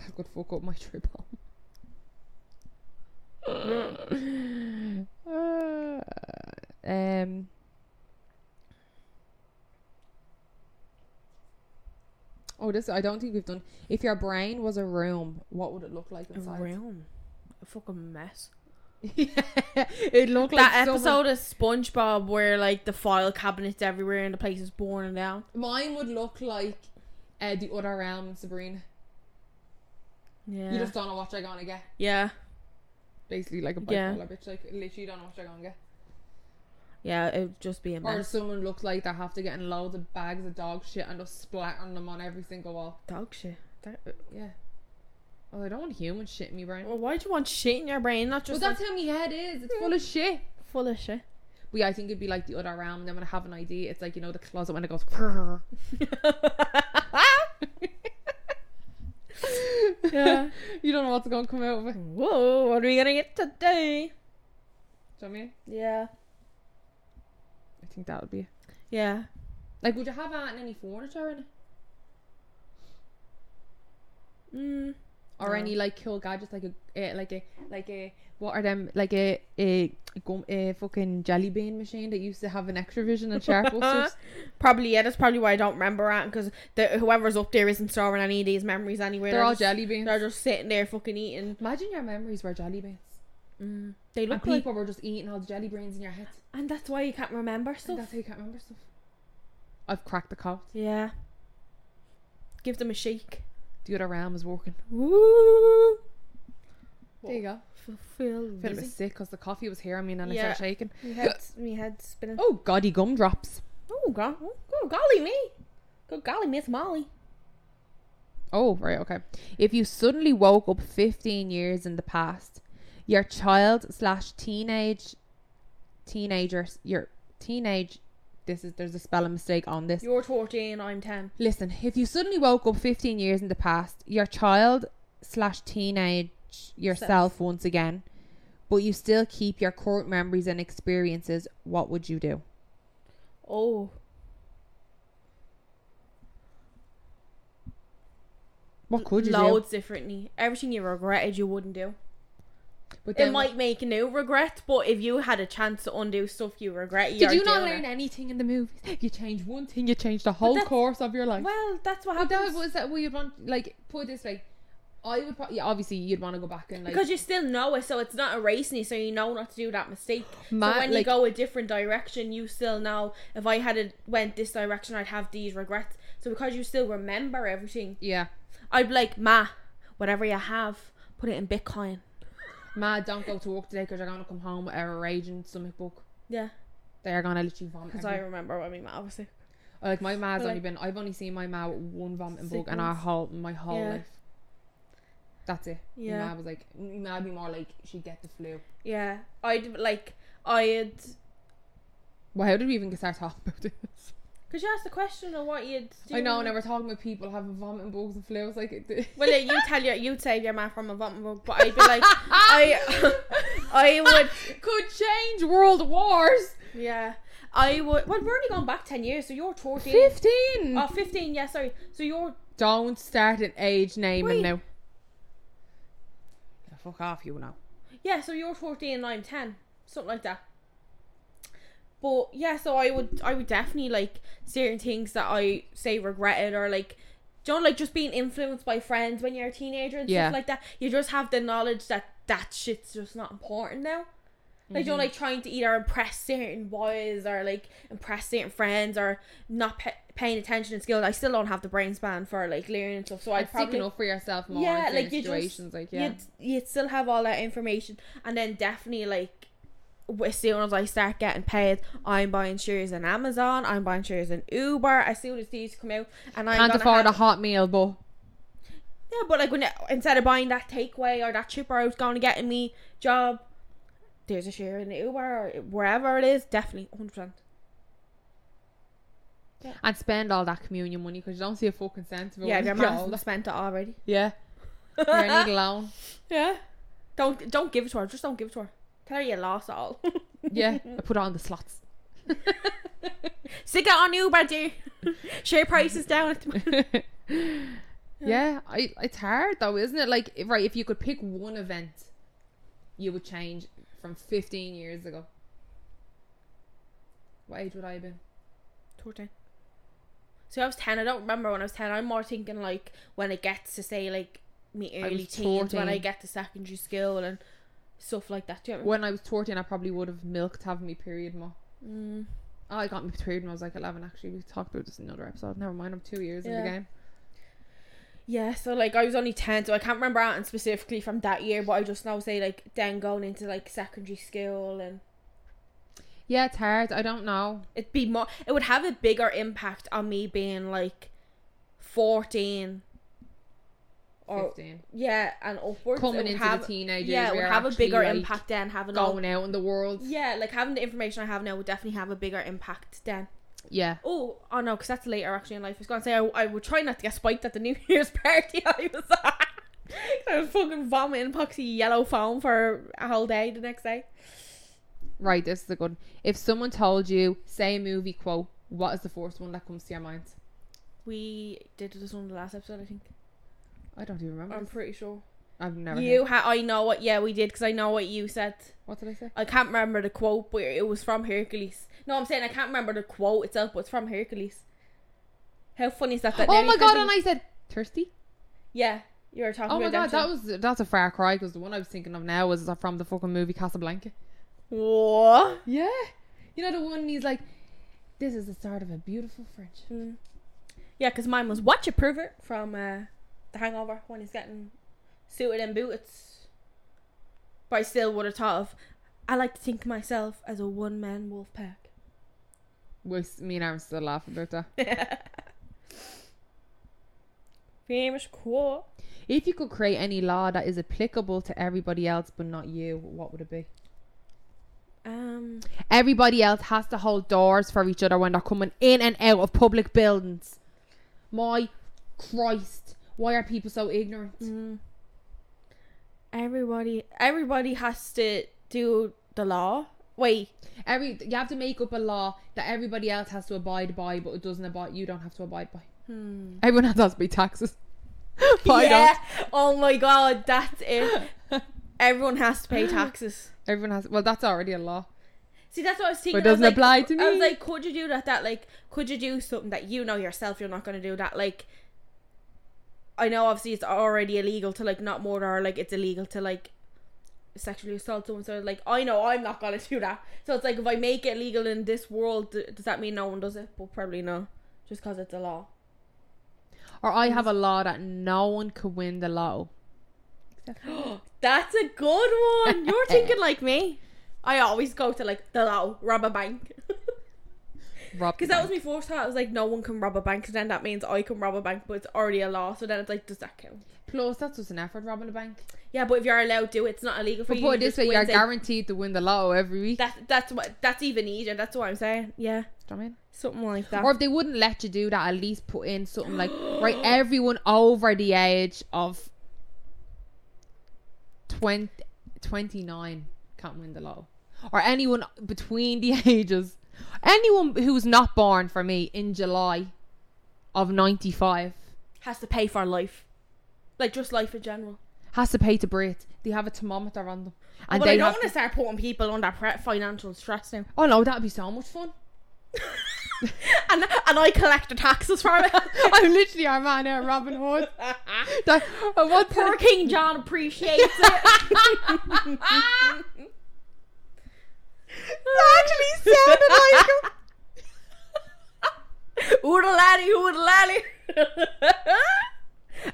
[SPEAKER 4] that could fuck up my trip home. Uh, um, oh, this I don't think we've done. If your brain was a room, what would it look like inside?
[SPEAKER 3] room, a fucking mess.
[SPEAKER 4] it looked like
[SPEAKER 3] that
[SPEAKER 4] someone-
[SPEAKER 3] episode of SpongeBob where like the file cabinets everywhere and the place is burning down.
[SPEAKER 4] Mine would look like uh, the other realm, Sabrina.
[SPEAKER 3] Yeah,
[SPEAKER 4] You just don't know what you're gonna get.
[SPEAKER 3] yeah.
[SPEAKER 4] Basically, like a bipolar
[SPEAKER 3] Yeah.
[SPEAKER 4] bitch. Like literally, you don't know what you're gonna get.
[SPEAKER 3] Yeah, it would just be a
[SPEAKER 4] Or
[SPEAKER 3] mess.
[SPEAKER 4] someone looks like they're have to get in loads of bags of dog shit and just splattering them on every single wall.
[SPEAKER 3] Dog shit. That, uh,
[SPEAKER 4] Yeah. Well, I don't want human shit in my brain.
[SPEAKER 3] well, why do you want shit in your brain? Not
[SPEAKER 4] Well,
[SPEAKER 3] just
[SPEAKER 4] that's how my head is. It's full of shit.
[SPEAKER 3] like, full of shit.
[SPEAKER 4] But yeah, I think it'd be like the other realm. Then when I have an idea, it's like you know the closet when it goes. "Grrr."
[SPEAKER 3] Yeah.
[SPEAKER 4] you don't know what's going to come out of it. Do you
[SPEAKER 3] Whoa, what are we gonna get today?
[SPEAKER 4] know what I mean?
[SPEAKER 3] Yeah.
[SPEAKER 4] I think that would be.
[SPEAKER 3] Yeah.
[SPEAKER 4] Like, would you have out in any furniture in it?
[SPEAKER 3] Mm.
[SPEAKER 4] or any like cool gadgets like a uh, like a like a what are them like a a, gum, a fucking jelly bean machine that used to have an extra vision and sharp stuff.
[SPEAKER 3] Probably, yeah, that's probably why I don't remember that because whoever's up there isn't storing any of these memories anywhere.
[SPEAKER 4] They're all
[SPEAKER 3] just,
[SPEAKER 4] jelly beans.
[SPEAKER 3] They're just sitting there fucking eating.
[SPEAKER 4] Imagine your memories were jelly beans.
[SPEAKER 3] They
[SPEAKER 4] And
[SPEAKER 3] look like.
[SPEAKER 4] people were just eating all the jelly beans in your head.
[SPEAKER 3] And that's why you can't remember
[SPEAKER 4] And
[SPEAKER 3] stuff.
[SPEAKER 4] that's how you can't remember stuff. I've cracked the code.
[SPEAKER 3] Yeah. Give them a shake.
[SPEAKER 4] The other realm is working.
[SPEAKER 3] Woo!
[SPEAKER 4] There you go.
[SPEAKER 3] Fulfill.
[SPEAKER 4] I feel a bit sick because the coffee was here. I mean, and I
[SPEAKER 3] Yeah.
[SPEAKER 4] started shaking.
[SPEAKER 3] Me head, me head spinning.
[SPEAKER 4] Oh, gaudy gumdrops.
[SPEAKER 3] Oh, go, oh, golly me. Good golly, Miss Molly.
[SPEAKER 4] Oh, right, okay. If you suddenly woke up 15 years in the past, your child slash teenage teenager, your teenage, this is there's a spelling mistake on this.
[SPEAKER 3] You're 14, I'm 10.
[SPEAKER 4] Listen, if you suddenly woke up 15 years in the past, your child slash teenage yourself once again, but you still keep your current memories and experiences, what would you do?
[SPEAKER 3] Oh.
[SPEAKER 4] What could you
[SPEAKER 3] Loads differently. Everything you regretted, you wouldn't do.
[SPEAKER 4] do? But
[SPEAKER 3] It might make new regret, but if you had a chance to undo stuff you regret,
[SPEAKER 4] did
[SPEAKER 3] you're
[SPEAKER 4] you not
[SPEAKER 3] doing
[SPEAKER 4] learn
[SPEAKER 3] it.
[SPEAKER 4] anything in the movies? You changed one thing, you changed the whole
[SPEAKER 3] that's-
[SPEAKER 4] course of your life.
[SPEAKER 3] Well, that's what
[SPEAKER 4] But
[SPEAKER 3] happens.
[SPEAKER 4] that was that we would want like put it this way. I would probably yeah, obviously you'd want to go back and like
[SPEAKER 3] because you still know it, so it's not erasing you, so you know not to do that mistake.
[SPEAKER 4] Ma-
[SPEAKER 3] so when
[SPEAKER 4] like-
[SPEAKER 3] you go a different direction, you still know if I had a, went this direction, I'd have these regrets. So because you still remember everything,
[SPEAKER 4] yeah,
[SPEAKER 3] I'd be like, Ma, whatever you have, put it in Bitcoin.
[SPEAKER 4] ma, don't go to work today because you're gonna come home with a raging stomach book.
[SPEAKER 3] Yeah,
[SPEAKER 4] They are gonna literally vomit.
[SPEAKER 3] because I
[SPEAKER 4] everywhere.
[SPEAKER 3] remember when my ma was sick.
[SPEAKER 4] Or, like my ma's
[SPEAKER 3] But,
[SPEAKER 4] only
[SPEAKER 3] like-
[SPEAKER 4] been I've only seen my ma with one vomiting bug and our
[SPEAKER 3] Sickness.
[SPEAKER 4] whole my whole
[SPEAKER 3] Yeah.
[SPEAKER 4] life. That's it.
[SPEAKER 3] Yeah.
[SPEAKER 4] My ma was like my ma would be more like she'd get the flu.
[SPEAKER 3] Yeah, I'd like I'd
[SPEAKER 4] Well, how did we even get started talking about this?
[SPEAKER 3] because you asked the question of what you'd. Do.
[SPEAKER 4] I know, and I were talking about people having vomiting bugs and flu. It's like it,
[SPEAKER 3] Well, yeah, you tell your you'd save your man from a vomiting bug, but I'd be like, I, I would,
[SPEAKER 4] could Ah! change world wars.
[SPEAKER 3] yeah, I would. Well, we're only going back ten years, so you're fourteen.
[SPEAKER 4] 15.
[SPEAKER 3] Oh, 15, yeah, sorry. So you're
[SPEAKER 4] Don't start an age name and
[SPEAKER 3] Wait.
[SPEAKER 4] now. The fuck off, you know.
[SPEAKER 3] yeah, so you're fourteen and I'm ten, something like that. But yeah, so I would I would definitely like certain things that I say regretted or like do you know, like just being influenced by friends when you're a teenager and
[SPEAKER 4] Yeah.
[SPEAKER 3] stuff like that. You just have the knowledge that that shit's just not important now. Like you know, like trying to either impress certain boys or like impress certain friends or not pa paying attention and skill. I still don't have the brain span for like learning stuff, so I'd
[SPEAKER 4] Like
[SPEAKER 3] probably
[SPEAKER 4] sticking up for yourself more
[SPEAKER 3] yeah,
[SPEAKER 4] in
[SPEAKER 3] like
[SPEAKER 4] like
[SPEAKER 3] you just
[SPEAKER 4] situations. like, yeah.
[SPEAKER 3] you'd, you'd still have all that information, and then definitely like w- as soon as I start getting paid, I'm buying shares in Amazon, I'm buying shares in Uber. As soon as these come out, and I'm
[SPEAKER 4] Can't
[SPEAKER 3] gonna
[SPEAKER 4] afford
[SPEAKER 3] have-
[SPEAKER 4] a hot meal, but.
[SPEAKER 3] yeah, but like when instead of buying that takeaway or that cheaper, I was going to get in me job. There's a share in Uber or wherever it is, definitely 100%.
[SPEAKER 4] And spend all that communion money because you don't see a fucking cent of it.
[SPEAKER 3] yeah,
[SPEAKER 4] when
[SPEAKER 3] your
[SPEAKER 4] you get
[SPEAKER 3] man's
[SPEAKER 4] older.
[SPEAKER 3] done spent it already.
[SPEAKER 4] Yeah. Oh You're in need a loan.
[SPEAKER 3] Yeah. Don't don't give it to her. Just don't give it to her. Tell her you lost it all.
[SPEAKER 4] Yeah. I put it on the slots.
[SPEAKER 3] Stick it on Uber, dear. Share prices down at the moment.
[SPEAKER 4] yeah, I, it's hard though, isn't it? Like, if, right, if you could pick one event you would change from 15 years ago, what age would I have been?
[SPEAKER 3] 14. So I was 10. I don't remember when I was 10. I'm more thinking like when it gets to say like me
[SPEAKER 4] was
[SPEAKER 3] early teens, when I
[SPEAKER 4] 14.
[SPEAKER 3] get to secondary school and stuff like that. Do you know what
[SPEAKER 4] When I was 14, I probably would have milked having me period more.
[SPEAKER 3] I mean? Mm.
[SPEAKER 4] Oh, I got my period when I was like 11, actually. We talked about this in another episode. Never mind, I'm two years in the
[SPEAKER 3] Yeah.
[SPEAKER 4] game.
[SPEAKER 3] Yeah, so like I was only 10, so I can't remember out and specifically from that year, but I just now say like then going into like secondary school and
[SPEAKER 4] Yeah, it's hard. I don't know.
[SPEAKER 3] It'd be more. It would have a bigger impact on me being like fourteen. Or,
[SPEAKER 4] 15.
[SPEAKER 3] Yeah, and upwards. It
[SPEAKER 4] Coming
[SPEAKER 3] would
[SPEAKER 4] into
[SPEAKER 3] have-
[SPEAKER 4] the teenagers.
[SPEAKER 3] Yeah, it would
[SPEAKER 4] where
[SPEAKER 3] have a
[SPEAKER 4] actually,
[SPEAKER 3] bigger
[SPEAKER 4] like,
[SPEAKER 3] impact then having all.
[SPEAKER 4] Going out in the world.
[SPEAKER 3] Yeah, like having the information I have now would definitely have a bigger impact then.
[SPEAKER 4] Yeah.
[SPEAKER 3] Oh, oh no, because that's later actually in life. I was gonna say I, I would try not to get spiked at the New Year's party I was at. I was fucking vomiting poxy yellow foam for a whole day the next day.
[SPEAKER 4] Right, this is a good one. If someone told you, say a movie quote, what is the first one that comes to your mind?
[SPEAKER 3] We did this one in the last episode, I think.
[SPEAKER 4] I don't even remember.
[SPEAKER 3] I'm
[SPEAKER 4] this.
[SPEAKER 3] pretty sure.
[SPEAKER 4] I've never.
[SPEAKER 3] you
[SPEAKER 4] heard.
[SPEAKER 3] ha- I know what. Yeah, we did because I know what you said.
[SPEAKER 4] What did I say?
[SPEAKER 3] I can't remember the quote, but it was from Hercules. No, I'm saying I can't remember the quote itself, but it's from Hercules. How funny is that? that
[SPEAKER 4] oh
[SPEAKER 3] nearly
[SPEAKER 4] my god!
[SPEAKER 3] fizzy-
[SPEAKER 4] And I said thirsty.
[SPEAKER 3] yeah, you were talking.
[SPEAKER 4] Oh my god,
[SPEAKER 3] about
[SPEAKER 4] that
[SPEAKER 3] them
[SPEAKER 4] was that's a far cry because the one I was thinking of now was from the fucking movie Casablanca.
[SPEAKER 3] too. What?
[SPEAKER 4] Yeah. You know the one he's like, this is the start of a beautiful friendship.
[SPEAKER 3] Mm. Yeah, because mine was Watch It Prove It from uh, The Hangover when he's getting suited and booted. But I still would have thought of, I like to think of myself as a one man wolf pack.
[SPEAKER 4] We, me and Aaron still laugh about that.
[SPEAKER 3] Famous quote.
[SPEAKER 4] If you could create any law that is applicable to everybody else but not you, what would it be?
[SPEAKER 3] Um,
[SPEAKER 4] Everybody else has to hold doors for each other when they're coming in and out of public buildings. My Christ, why are people so ignorant?
[SPEAKER 3] everybody, everybody has to do the law. Wait,
[SPEAKER 4] Every you have to make up a law that everybody else has to abide by, but it doesn't abide. You don't have to abide by. Everyone else has to pay taxes. But I
[SPEAKER 3] yeah. Oh my god, that's it. Everyone has to pay taxes.
[SPEAKER 4] Everyone has. Well, that's already a law.
[SPEAKER 3] See, that's what I was thinking.
[SPEAKER 4] But it doesn't
[SPEAKER 3] I was
[SPEAKER 4] apply
[SPEAKER 3] like,
[SPEAKER 4] to
[SPEAKER 3] I was
[SPEAKER 4] me.
[SPEAKER 3] like, could you do that? That like, could you do something that you know yourself you're not going to do? That like, I know obviously it's already illegal to like not murder, or like it's illegal to like sexually assault someone. So like, I know I'm not going to do that. So it's like, if I make it legal in this world, th- does that mean no one does it? But probably no, just because it's a law.
[SPEAKER 4] Or I have a law that no one could win the law.
[SPEAKER 3] That's a good one. You're thinking like me. I always go to like the law, rob a bank.
[SPEAKER 4] Rob
[SPEAKER 3] Because that was my first thought. I was like, no one can rob a bank. So then that means I can rob a bank, but it's already a law. So then it's like, does that count?
[SPEAKER 4] plus that's just an effort robbing a bank.
[SPEAKER 3] Yeah, but if you're allowed to, it's not illegal for
[SPEAKER 4] But
[SPEAKER 3] you.
[SPEAKER 4] put it
[SPEAKER 3] you
[SPEAKER 4] this
[SPEAKER 3] just
[SPEAKER 4] way,
[SPEAKER 3] win
[SPEAKER 4] you're
[SPEAKER 3] the-
[SPEAKER 4] guaranteed to win the law every week.
[SPEAKER 3] That that's what that's even easier. That's what I'm saying.
[SPEAKER 4] Do you
[SPEAKER 3] Yeah,
[SPEAKER 4] know what I mean?
[SPEAKER 3] something like that.
[SPEAKER 4] Or if they wouldn't let you do that, at least put in something like right everyone over the age of 20, 29 can't win the law, or anyone between the ages, anyone who was not born for me in July of ninety five
[SPEAKER 3] Has to pay for life, like just life in general.
[SPEAKER 4] has to pay to breathe. They have a thermometer on them, and
[SPEAKER 3] but
[SPEAKER 4] they
[SPEAKER 3] I don't
[SPEAKER 4] have
[SPEAKER 3] want to
[SPEAKER 4] to-
[SPEAKER 3] start putting people under pre- financial stress now.
[SPEAKER 4] Oh no, that'd be so much fun.
[SPEAKER 3] and and I collect the taxes from it.
[SPEAKER 4] I'm literally our man out Robin Hood. That- uh, I want to-
[SPEAKER 3] Oh, Poor King John appreciates it.
[SPEAKER 4] That actually sounded like him.
[SPEAKER 3] Oodle laddie, oodle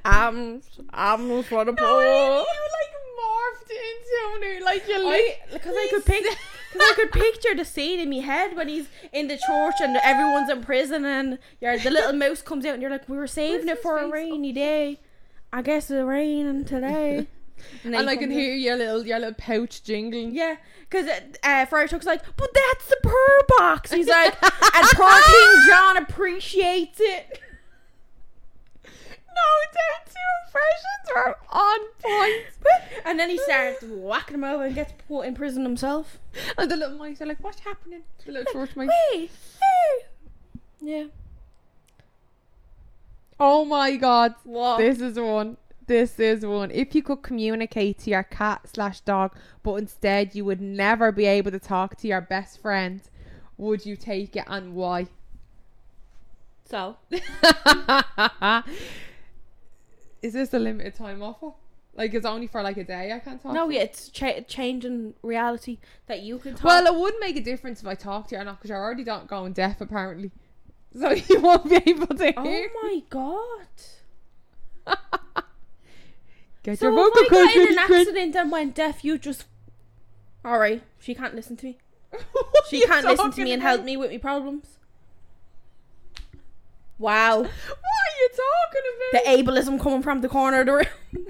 [SPEAKER 3] I'm I'm for the poor.
[SPEAKER 4] morphed into him, like you
[SPEAKER 3] I because I could pic- cause I could picture the scene in my head when he's in the church and everyone's in prison and you the little mouse comes out and you're like, we were saving it
[SPEAKER 4] his
[SPEAKER 3] for a
[SPEAKER 4] face? Oh.
[SPEAKER 3] rainy day. I guess it's raining today. then
[SPEAKER 4] and
[SPEAKER 3] he
[SPEAKER 4] I can
[SPEAKER 3] comes in.
[SPEAKER 4] hear your little your little pouch jingling.
[SPEAKER 3] Yeah, because uh, Friar Tuck's like, but that's the purr box. He's like, and poor King John appreciates it.
[SPEAKER 4] No, their two impressions are on point.
[SPEAKER 3] And then he starts whacking him over and gets put in prison himself.
[SPEAKER 4] and the little mice are like, "What's happening?" The little short mice.
[SPEAKER 3] Hey, hey. Yeah.
[SPEAKER 4] Oh my god.
[SPEAKER 3] What?
[SPEAKER 4] This is one. This is one. If you could communicate to your cat slash dog, but instead you would never be able to talk to your best friend, would you take it and why?
[SPEAKER 3] So,
[SPEAKER 4] is this a limited time offer? Like it's only for like a day. I can't talk.
[SPEAKER 3] no,
[SPEAKER 4] to
[SPEAKER 3] yeah, it's cha- changing reality that you can talk.
[SPEAKER 4] Well, it would make a difference if I talked to you or not, because you're already not going deaf apparently, so you won't be able to
[SPEAKER 3] oh
[SPEAKER 4] hear.
[SPEAKER 3] my god.
[SPEAKER 4] Get
[SPEAKER 3] So
[SPEAKER 4] your
[SPEAKER 3] if
[SPEAKER 4] vocal
[SPEAKER 3] I got
[SPEAKER 4] cords
[SPEAKER 3] in an
[SPEAKER 4] ready, Chris.
[SPEAKER 3] accident and went deaf, you just. Alright, she can't listen to me. She
[SPEAKER 4] you
[SPEAKER 3] can't listen to
[SPEAKER 4] talking
[SPEAKER 3] me and
[SPEAKER 4] about?
[SPEAKER 3] help me with my problems. Wow.
[SPEAKER 4] What are you talking
[SPEAKER 3] The
[SPEAKER 4] about?
[SPEAKER 3] ableism coming from the corner of the room. you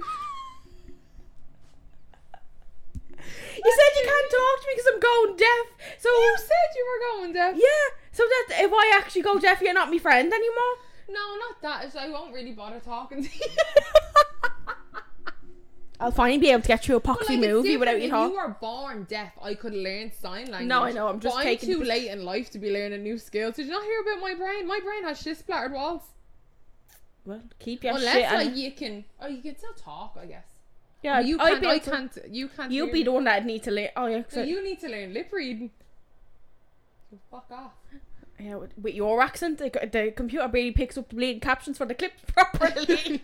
[SPEAKER 3] said you can't talk to me because I'm going deaf. So
[SPEAKER 4] you said you were going deaf.
[SPEAKER 3] yeah. So that if I actually go deaf, you're not my friend anymore.
[SPEAKER 4] No, not that. It's, I won't really bother talking to you.
[SPEAKER 3] I'll finally be able to get you a
[SPEAKER 4] But,
[SPEAKER 3] poxy
[SPEAKER 4] like, it's
[SPEAKER 3] movie
[SPEAKER 4] different.
[SPEAKER 3] without you
[SPEAKER 4] if
[SPEAKER 3] talking.
[SPEAKER 4] you were born deaf, I could learn sign language.
[SPEAKER 3] No, I know, I'm just
[SPEAKER 4] but
[SPEAKER 3] taking
[SPEAKER 4] I'm too
[SPEAKER 3] the-
[SPEAKER 4] late in life to be learning new skills. Did you not hear about my brain? My brain has shit splattered walls.
[SPEAKER 3] Well, keep your
[SPEAKER 4] Unless
[SPEAKER 3] shit.
[SPEAKER 4] like
[SPEAKER 3] and,
[SPEAKER 4] you can, oh, you can still talk, I guess.
[SPEAKER 3] yeah,
[SPEAKER 4] you can't.
[SPEAKER 3] I'd be
[SPEAKER 4] I
[SPEAKER 3] able to-
[SPEAKER 4] can't. You can't.
[SPEAKER 3] You'd
[SPEAKER 4] hear
[SPEAKER 3] be
[SPEAKER 4] me.
[SPEAKER 3] the one that'd need to learn. Oh yeah,
[SPEAKER 4] So
[SPEAKER 3] so,
[SPEAKER 4] you need to learn lip reading. So fuck off.
[SPEAKER 3] yeah, with- with your accent, the, co- the computer barely picks up the bleeding captions for the clips properly.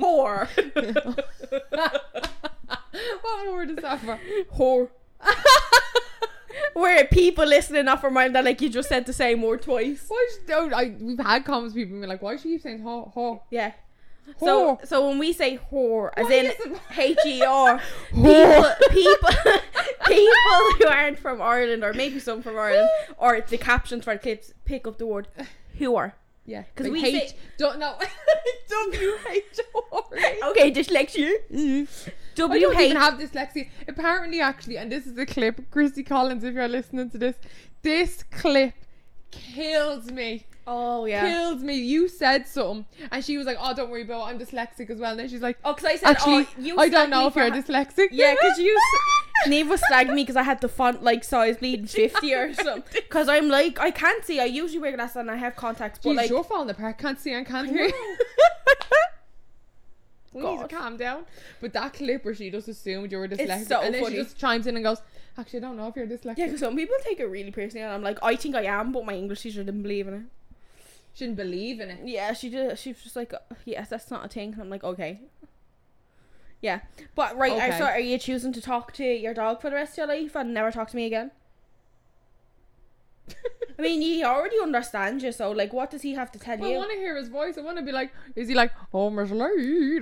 [SPEAKER 3] Whore.
[SPEAKER 4] what word is that for?
[SPEAKER 3] Whore. Where people listening off her mind that like you just said the same word twice.
[SPEAKER 4] Why should, don't I? We've had comments people being like, "Why should you keep saying ho ho
[SPEAKER 3] Yeah. So
[SPEAKER 4] Whore.
[SPEAKER 3] so when we say whore, as
[SPEAKER 4] What
[SPEAKER 3] in
[SPEAKER 4] is it?
[SPEAKER 3] H E R, people
[SPEAKER 4] Whore.
[SPEAKER 3] people people who aren't from Ireland or maybe some from Ireland or the captions for the clips pick up the word whore.
[SPEAKER 4] Yeah,
[SPEAKER 3] 'Cause
[SPEAKER 4] like
[SPEAKER 3] we
[SPEAKER 4] H,
[SPEAKER 3] say-
[SPEAKER 4] don't know. W H O R A.
[SPEAKER 3] Okay, just like you.
[SPEAKER 4] I
[SPEAKER 3] W
[SPEAKER 4] don't
[SPEAKER 3] H
[SPEAKER 4] even have dyslexia. Apparently, actually, and this is a clip. Christy Collins, if you're listening to this, this clip kills me.
[SPEAKER 3] Oh yeah.
[SPEAKER 4] Kills me. You said something, and she was like, "Oh, don't worry about it. I'm dyslexic as well." And then she's like,
[SPEAKER 3] Oh, because I said,
[SPEAKER 4] "Actually,
[SPEAKER 3] oh, you
[SPEAKER 4] I
[SPEAKER 3] snagged
[SPEAKER 4] don't
[SPEAKER 3] me
[SPEAKER 4] know if
[SPEAKER 3] for
[SPEAKER 4] you're
[SPEAKER 3] ha-
[SPEAKER 4] dyslexic."
[SPEAKER 3] Yeah, because you. S- Neva snagged me because I had the font like size bleeding 50 or something. Because I'm like, I can't see. I usually wear glasses and I have contacts, but
[SPEAKER 4] Jeez,
[SPEAKER 3] like.
[SPEAKER 4] you're falling apart. Can't see and can't hear. We need to
[SPEAKER 3] God.
[SPEAKER 4] calm down. But that clip where she just assumed you were dyslexic,
[SPEAKER 3] so
[SPEAKER 4] and then
[SPEAKER 3] funny.
[SPEAKER 4] she just chimes in and goes, "Actually, I don't know if you're dyslexic."
[SPEAKER 3] Yeah, because some people take it really personally, and I'm like, I think I am, but my English teacher didn't believe in it.
[SPEAKER 4] Shouldn't believe in it.
[SPEAKER 3] Yeah, she did. She was just like, "Uh, yes, that's not a thing. And I'm like, okay. Yeah, but right. I
[SPEAKER 4] Okay.
[SPEAKER 3] so are you choosing to talk to your dog for the rest of your life and never talk to me again? I mean, he already understands you, so like, what does he have to tell
[SPEAKER 4] I
[SPEAKER 3] you?
[SPEAKER 4] want to hear his voice. I want to be like, is he like, oh, Miss Lady?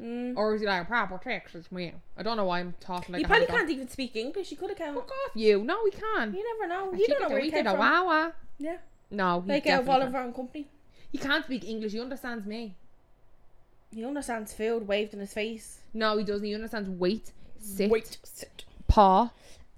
[SPEAKER 3] Mm.
[SPEAKER 4] Or is he like, proper Texas man? I don't know why I'm talking like
[SPEAKER 3] you
[SPEAKER 4] I
[SPEAKER 3] probably
[SPEAKER 4] have a dog.
[SPEAKER 3] can't even speak English. You could have come.
[SPEAKER 4] Fuck off you. No, we can.
[SPEAKER 3] You never know.
[SPEAKER 4] I
[SPEAKER 3] You
[SPEAKER 4] think
[SPEAKER 3] don't know
[SPEAKER 4] it's a
[SPEAKER 3] where you came
[SPEAKER 4] weekend, a
[SPEAKER 3] from.
[SPEAKER 4] Wawa.
[SPEAKER 3] Yeah,
[SPEAKER 4] No, he
[SPEAKER 3] like uh,
[SPEAKER 4] definitely
[SPEAKER 3] Oliver
[SPEAKER 4] can't.
[SPEAKER 3] and Company.
[SPEAKER 4] He can't speak English. He understands me.
[SPEAKER 3] He understands food waved in his face.
[SPEAKER 4] No, he doesn't. He understands weight, sit,
[SPEAKER 3] Wait, sit.
[SPEAKER 4] paw,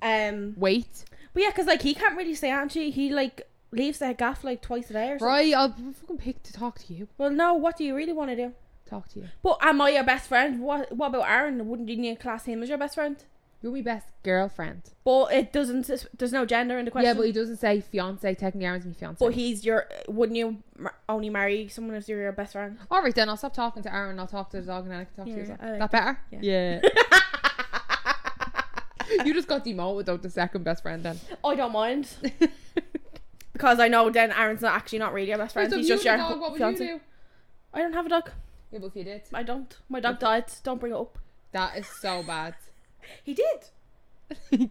[SPEAKER 3] Um,
[SPEAKER 4] weight.
[SPEAKER 3] but yeah, because like he can't really say Angie. He like leaves that gaff like twice a day or something.
[SPEAKER 4] Right, I'll fucking pick to talk to you.
[SPEAKER 3] Well, no. What do you really want to do?
[SPEAKER 4] Talk to you.
[SPEAKER 3] But am I your best friend? What What about Aaron? Wouldn't you need to class him as your best friend?
[SPEAKER 4] You're my best girlfriend.
[SPEAKER 3] But it doesn't. There's no gender in the question.
[SPEAKER 4] Yeah, but he doesn't say fiance. Technically, Aaron's my fiance.
[SPEAKER 3] But he's your. Wouldn't you mar- only marry someone if you're your best friend?
[SPEAKER 4] All right, then I'll stop talking to Aaron. I'll talk to the dog, and then I can talk to
[SPEAKER 3] Yeah,
[SPEAKER 4] you. As
[SPEAKER 3] I
[SPEAKER 4] well.
[SPEAKER 3] like
[SPEAKER 4] that better? Yeah. you just got demoted without the second best friend. Then
[SPEAKER 3] I don't mind because I know then Aaron's not actually not really your best friend.
[SPEAKER 4] So if
[SPEAKER 3] He's
[SPEAKER 4] you
[SPEAKER 3] just
[SPEAKER 4] had
[SPEAKER 3] your
[SPEAKER 4] a dog, what would
[SPEAKER 3] fiance.
[SPEAKER 4] you do?
[SPEAKER 3] I don't have a dog.
[SPEAKER 4] Yeah, but if you did,
[SPEAKER 3] I don't. My dog died. Don't bring it up.
[SPEAKER 4] that is so bad.
[SPEAKER 3] He did.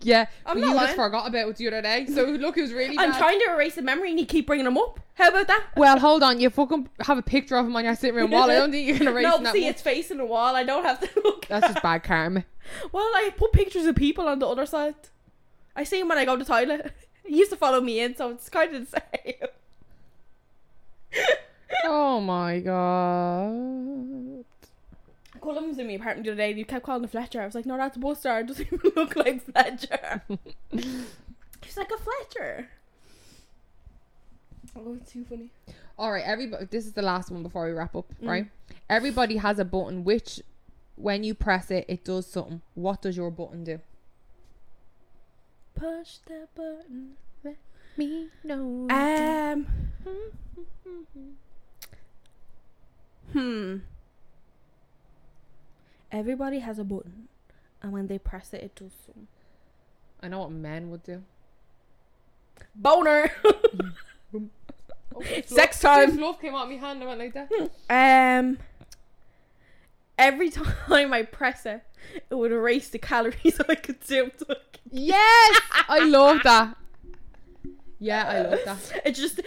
[SPEAKER 4] yeah,
[SPEAKER 3] I'm
[SPEAKER 4] but
[SPEAKER 3] not
[SPEAKER 4] you
[SPEAKER 3] lying.
[SPEAKER 4] just forgot about it the other day. So look, it was really.
[SPEAKER 3] I'm
[SPEAKER 4] bad.
[SPEAKER 3] trying to erase the memory, and you keep bringing him up. How about that?
[SPEAKER 4] Well, hold on. You fucking have a picture of him on your sitting room wall. I don't think you're gonna erase
[SPEAKER 3] no,
[SPEAKER 4] that.
[SPEAKER 3] see
[SPEAKER 4] much.
[SPEAKER 3] its face in the wall. I don't have to look.
[SPEAKER 4] That's just bad karma.
[SPEAKER 3] Well, I put pictures of people on the other side. I see him when I go to toilet. He used to follow me in, so it's kind of the same.
[SPEAKER 4] Oh my god.
[SPEAKER 3] Cullum was in my apartment the other day and he kept calling the Fletcher. I was like, no, that's Buster. It doesn't even look like Fletcher. He's like a Fletcher. Oh, it's too funny.
[SPEAKER 4] All right, everybody. This is the last one before we wrap up,
[SPEAKER 3] Mm.
[SPEAKER 4] right? Everybody has a button which, when you press it, it does something. What does your button do?
[SPEAKER 3] Push the button.
[SPEAKER 4] Me no.
[SPEAKER 3] Um. Hmm. Everybody has a button, and when they press it, it does something.
[SPEAKER 4] I know what men would do.
[SPEAKER 3] Boner. Oh, Sex time.
[SPEAKER 4] love came out of my hand. I went like that.
[SPEAKER 3] Um. Every time I press it, it would erase the calories I consumed.
[SPEAKER 4] yes, I love that. Yeah, I love that.
[SPEAKER 3] It just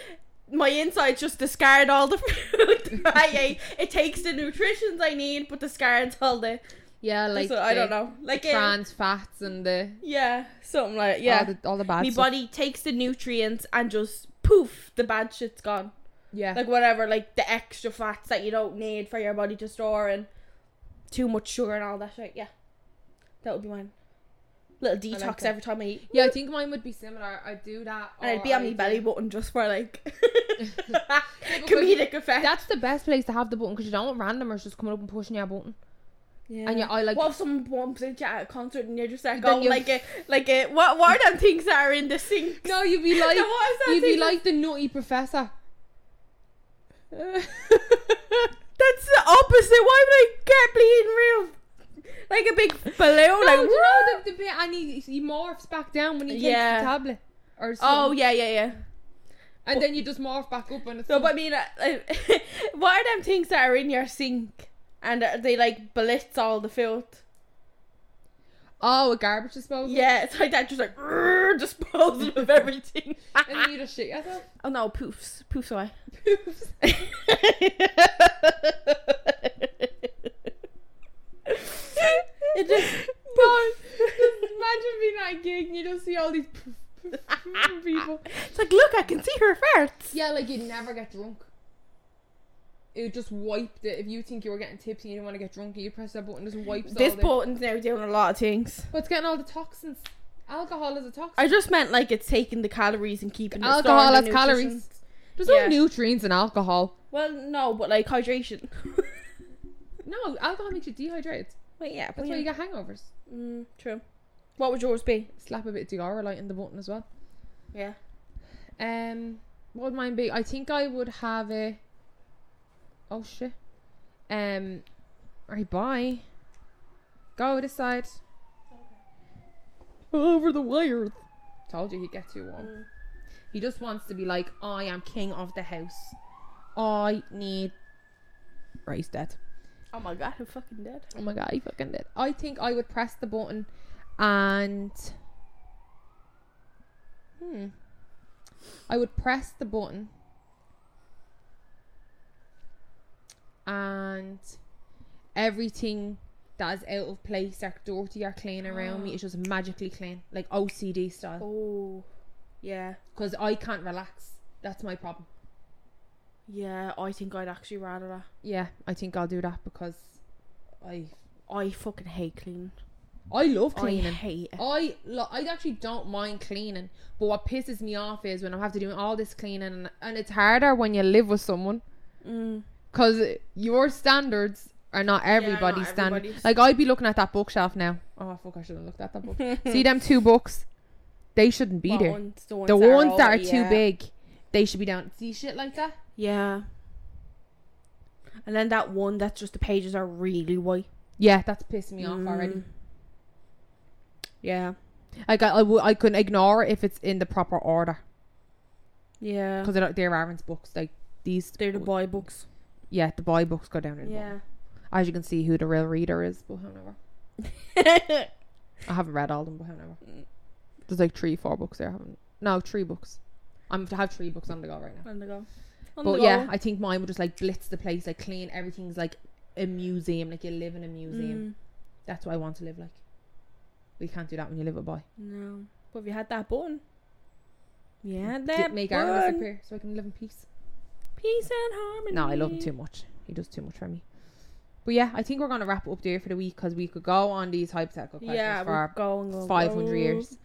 [SPEAKER 3] my insides just discard all the food that I ate. It takes the nutrients I need, but discards all the
[SPEAKER 4] Yeah, like
[SPEAKER 3] so I
[SPEAKER 4] the
[SPEAKER 3] don't know. Like it-
[SPEAKER 4] Trans fats and the
[SPEAKER 3] Yeah, something like that.
[SPEAKER 4] yeah
[SPEAKER 3] Yeah.
[SPEAKER 4] all the, all the bad
[SPEAKER 3] My
[SPEAKER 4] stuff.
[SPEAKER 3] body takes the nutrients and just poof, the bad shit's gone.
[SPEAKER 4] Yeah,
[SPEAKER 3] Like whatever, like the extra fats that you don't need for your body to store and too much sugar and all that shit. Yeah. That would be mine. Little detox
[SPEAKER 4] like that.
[SPEAKER 3] every time I eat.
[SPEAKER 4] yeah. I think mine would be similar. I'd do that.
[SPEAKER 3] And
[SPEAKER 4] or
[SPEAKER 3] it'd be on my
[SPEAKER 4] I'd
[SPEAKER 3] belly
[SPEAKER 4] do-
[SPEAKER 3] button just for like
[SPEAKER 4] because
[SPEAKER 3] comedic effect.
[SPEAKER 4] That's the best place to have the button because you don't want randomers just coming up and pushing your button.
[SPEAKER 3] yeah.
[SPEAKER 4] And yeah, I like.
[SPEAKER 3] what if someone bumps into you at a concert and you're just like,
[SPEAKER 4] Then
[SPEAKER 3] oh,
[SPEAKER 4] you're-
[SPEAKER 3] like it, like it. What, what are them things that are in the sink?
[SPEAKER 4] no, you'd be like,
[SPEAKER 3] No, what is that
[SPEAKER 4] you'd be
[SPEAKER 3] thing that-
[SPEAKER 4] like the nutty professor.
[SPEAKER 3] That's the opposite. Why would I get bleeding real? Like a big balloon.
[SPEAKER 4] No,
[SPEAKER 3] like,
[SPEAKER 4] do you
[SPEAKER 3] "Whoa."
[SPEAKER 4] know the, the bit and he, he morphs back down when he takes
[SPEAKER 3] Yeah.
[SPEAKER 4] the tablet or
[SPEAKER 3] oh,
[SPEAKER 4] something.
[SPEAKER 3] yeah, yeah, yeah.
[SPEAKER 4] and then you just morph back up and it's
[SPEAKER 3] So, but I mean, uh, uh, what are them things that are in your sink and uh, they like blitz all the filth?
[SPEAKER 4] oh a garbage disposal.
[SPEAKER 3] Yeah, it's like that, just like "Rrr," disposal of everything.
[SPEAKER 4] and then you just shit yourself.
[SPEAKER 3] oh no, poofs, poofs away. it just
[SPEAKER 4] No, just imagine being at a gig and you just see all these people.
[SPEAKER 3] It's like, look, I can see her farts.
[SPEAKER 4] Yeah, like you'd never get drunk. It would just wipe it. If you think you were getting tipsy and you didn't want to get drunk, you press that button, just wipes
[SPEAKER 3] This
[SPEAKER 4] all the-
[SPEAKER 3] button's now doing a lot of things.
[SPEAKER 4] But it's getting all the toxins. Alcohol is a toxin.
[SPEAKER 3] I just meant like it's taking the calories and keeping it
[SPEAKER 4] alcohol
[SPEAKER 3] storing
[SPEAKER 4] has
[SPEAKER 3] the
[SPEAKER 4] calories.
[SPEAKER 3] nutrition.
[SPEAKER 4] There's
[SPEAKER 3] Yeah.
[SPEAKER 4] no nutrients in alcohol.
[SPEAKER 3] Well, no, but like hydration.
[SPEAKER 4] No, alcohol makes you dehydrated.
[SPEAKER 3] but yeah,
[SPEAKER 4] That's
[SPEAKER 3] but
[SPEAKER 4] why you
[SPEAKER 3] Oh, yeah.
[SPEAKER 4] get hangovers.
[SPEAKER 3] Mm, true. What would yours be?
[SPEAKER 4] Slap a bit of Diora light in the button as well.
[SPEAKER 3] Yeah.
[SPEAKER 4] Um, what would mine be? I think I would have a. Oh shit. Um, right, bye. Go this side. Over the wire. Told you he'd get you one.
[SPEAKER 3] Mm.
[SPEAKER 4] He just wants to be like, I am king of the house. I need. Right, he's dead.
[SPEAKER 3] Oh my god, I'm fucking dead.
[SPEAKER 4] Oh my god, he fucking did. I think I would press the button and Hmm. I would press the button and everything that is out of place or dirty or clean around me is just magically clean. Like OCD style.
[SPEAKER 3] Oh, yeah,
[SPEAKER 4] Because I can't relax. That's my problem.
[SPEAKER 3] yeah. I think I'd actually rather that.
[SPEAKER 4] Yeah, I think I'll do that because I
[SPEAKER 3] I fucking hate cleaning.
[SPEAKER 4] I love
[SPEAKER 3] I
[SPEAKER 4] cleaning.
[SPEAKER 3] hate it.
[SPEAKER 4] I lo- I actually don't mind cleaning, but what pisses me off is when I have to do all this cleaning, and, and it's harder when you live with someone
[SPEAKER 3] Mm.
[SPEAKER 4] because your standards are not everybody's standards.
[SPEAKER 3] everybody's.
[SPEAKER 4] Like I'd be looking at that bookshelf now. Oh fuck! I should have looked at that book. See them two books? They shouldn't be
[SPEAKER 3] What
[SPEAKER 4] there.
[SPEAKER 3] ones? the ones
[SPEAKER 4] the ones that are
[SPEAKER 3] already-
[SPEAKER 4] too
[SPEAKER 3] yeah.
[SPEAKER 4] big, they should be down. See shit like that?
[SPEAKER 3] Yeah. And then that one that's just the pages are really white.
[SPEAKER 4] Yeah, that's pissing me off already.
[SPEAKER 3] Mm. Yeah.
[SPEAKER 4] Like I, I, w- I can ignore it if it's in the proper order
[SPEAKER 3] Yeah.
[SPEAKER 4] because there aren't books like these.
[SPEAKER 3] They're the boy books.
[SPEAKER 4] yeah, the boy books go down in. the bottom. as you can see who the real reader is but however i haven't read all of them but however there's like three four books there I haven't no three books i'm to have three books on the go right now
[SPEAKER 3] On the go. On
[SPEAKER 4] but
[SPEAKER 3] the
[SPEAKER 4] yeah
[SPEAKER 3] go.
[SPEAKER 4] i think mine would just like blitz the place like clean everything's like a museum like you live in a museum
[SPEAKER 3] Mm,
[SPEAKER 4] that's what i want to live like we can't do that when you live a boy
[SPEAKER 3] no. But if you had that button. Yeah,
[SPEAKER 4] D-
[SPEAKER 3] that
[SPEAKER 4] make
[SPEAKER 3] button.
[SPEAKER 4] our disappear so i can live in peace
[SPEAKER 3] Peace and harmony.
[SPEAKER 4] no i love him too much he does too much for me but yeah i think we're gonna wrap up there for the week because we could go on these hypothetical questions
[SPEAKER 3] Yeah,
[SPEAKER 4] for our
[SPEAKER 3] we're going go,
[SPEAKER 4] five hundred
[SPEAKER 3] go.
[SPEAKER 4] years.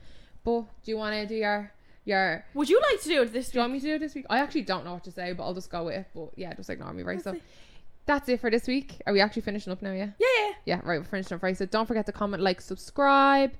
[SPEAKER 4] But do you want to do your your?
[SPEAKER 3] Would you like to do it this
[SPEAKER 4] Do you want me to do it this week? I actually don't know what to say, but I'll just go with it. But yeah, just ignore me, right? So that's it for this week. Are we actually finishing up now? Yeah.
[SPEAKER 3] Yeah.
[SPEAKER 4] Yeah, right. We're finishing up, right? So don't forget to comment, like, subscribe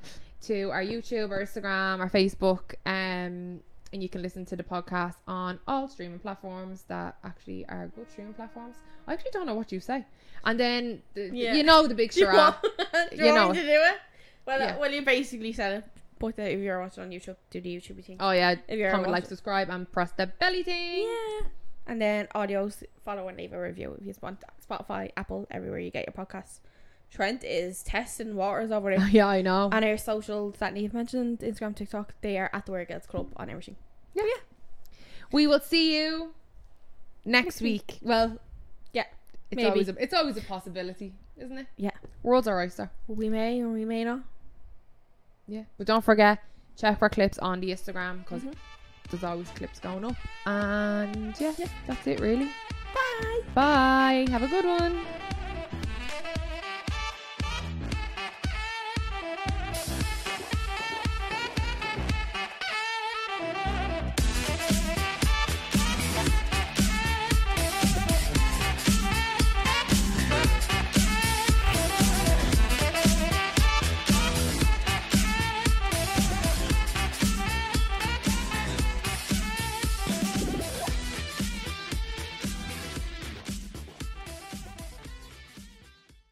[SPEAKER 4] to our YouTube, our Instagram, our Facebook, um, and you can listen to the podcast on all streaming platforms that actually are good streaming platforms. I actually don't know what you say. And then the,
[SPEAKER 3] Yeah.
[SPEAKER 4] you know the big
[SPEAKER 3] Do you
[SPEAKER 4] charade.
[SPEAKER 3] want, do you
[SPEAKER 4] You
[SPEAKER 3] want me
[SPEAKER 4] know.
[SPEAKER 3] to do it? Well,
[SPEAKER 4] Yeah.
[SPEAKER 3] uh, well, you basically said it. But uh, if you're watching on YouTube, do the YouTube thing.
[SPEAKER 4] Oh yeah,
[SPEAKER 3] If you're
[SPEAKER 4] comment, like,
[SPEAKER 3] watching.
[SPEAKER 4] subscribe, and press the belly thing.
[SPEAKER 3] Yeah. And then audios, follow and leave a review if you want. Spotify, Apple, everywhere you get your podcasts. Trent is testing waters over there.
[SPEAKER 4] yeah, I know.
[SPEAKER 3] and our socials that Neve mentioned, Instagram, TikTok, they are at the Wear Girls Club on everything.
[SPEAKER 4] yeah. We will see you next week. Well,
[SPEAKER 3] Yeah.
[SPEAKER 4] It's
[SPEAKER 3] Maybe.
[SPEAKER 4] always a, it's always a possibility, isn't it?
[SPEAKER 3] Yeah.
[SPEAKER 4] World's our oyster.
[SPEAKER 3] We may or we may not.
[SPEAKER 4] Yeah. But don't forget, check for clips on the Instagram because
[SPEAKER 3] Mhm.
[SPEAKER 4] there's always clips going up. And yeah, yeah, that's it really.
[SPEAKER 3] Bye.
[SPEAKER 4] Bye. Have a good one.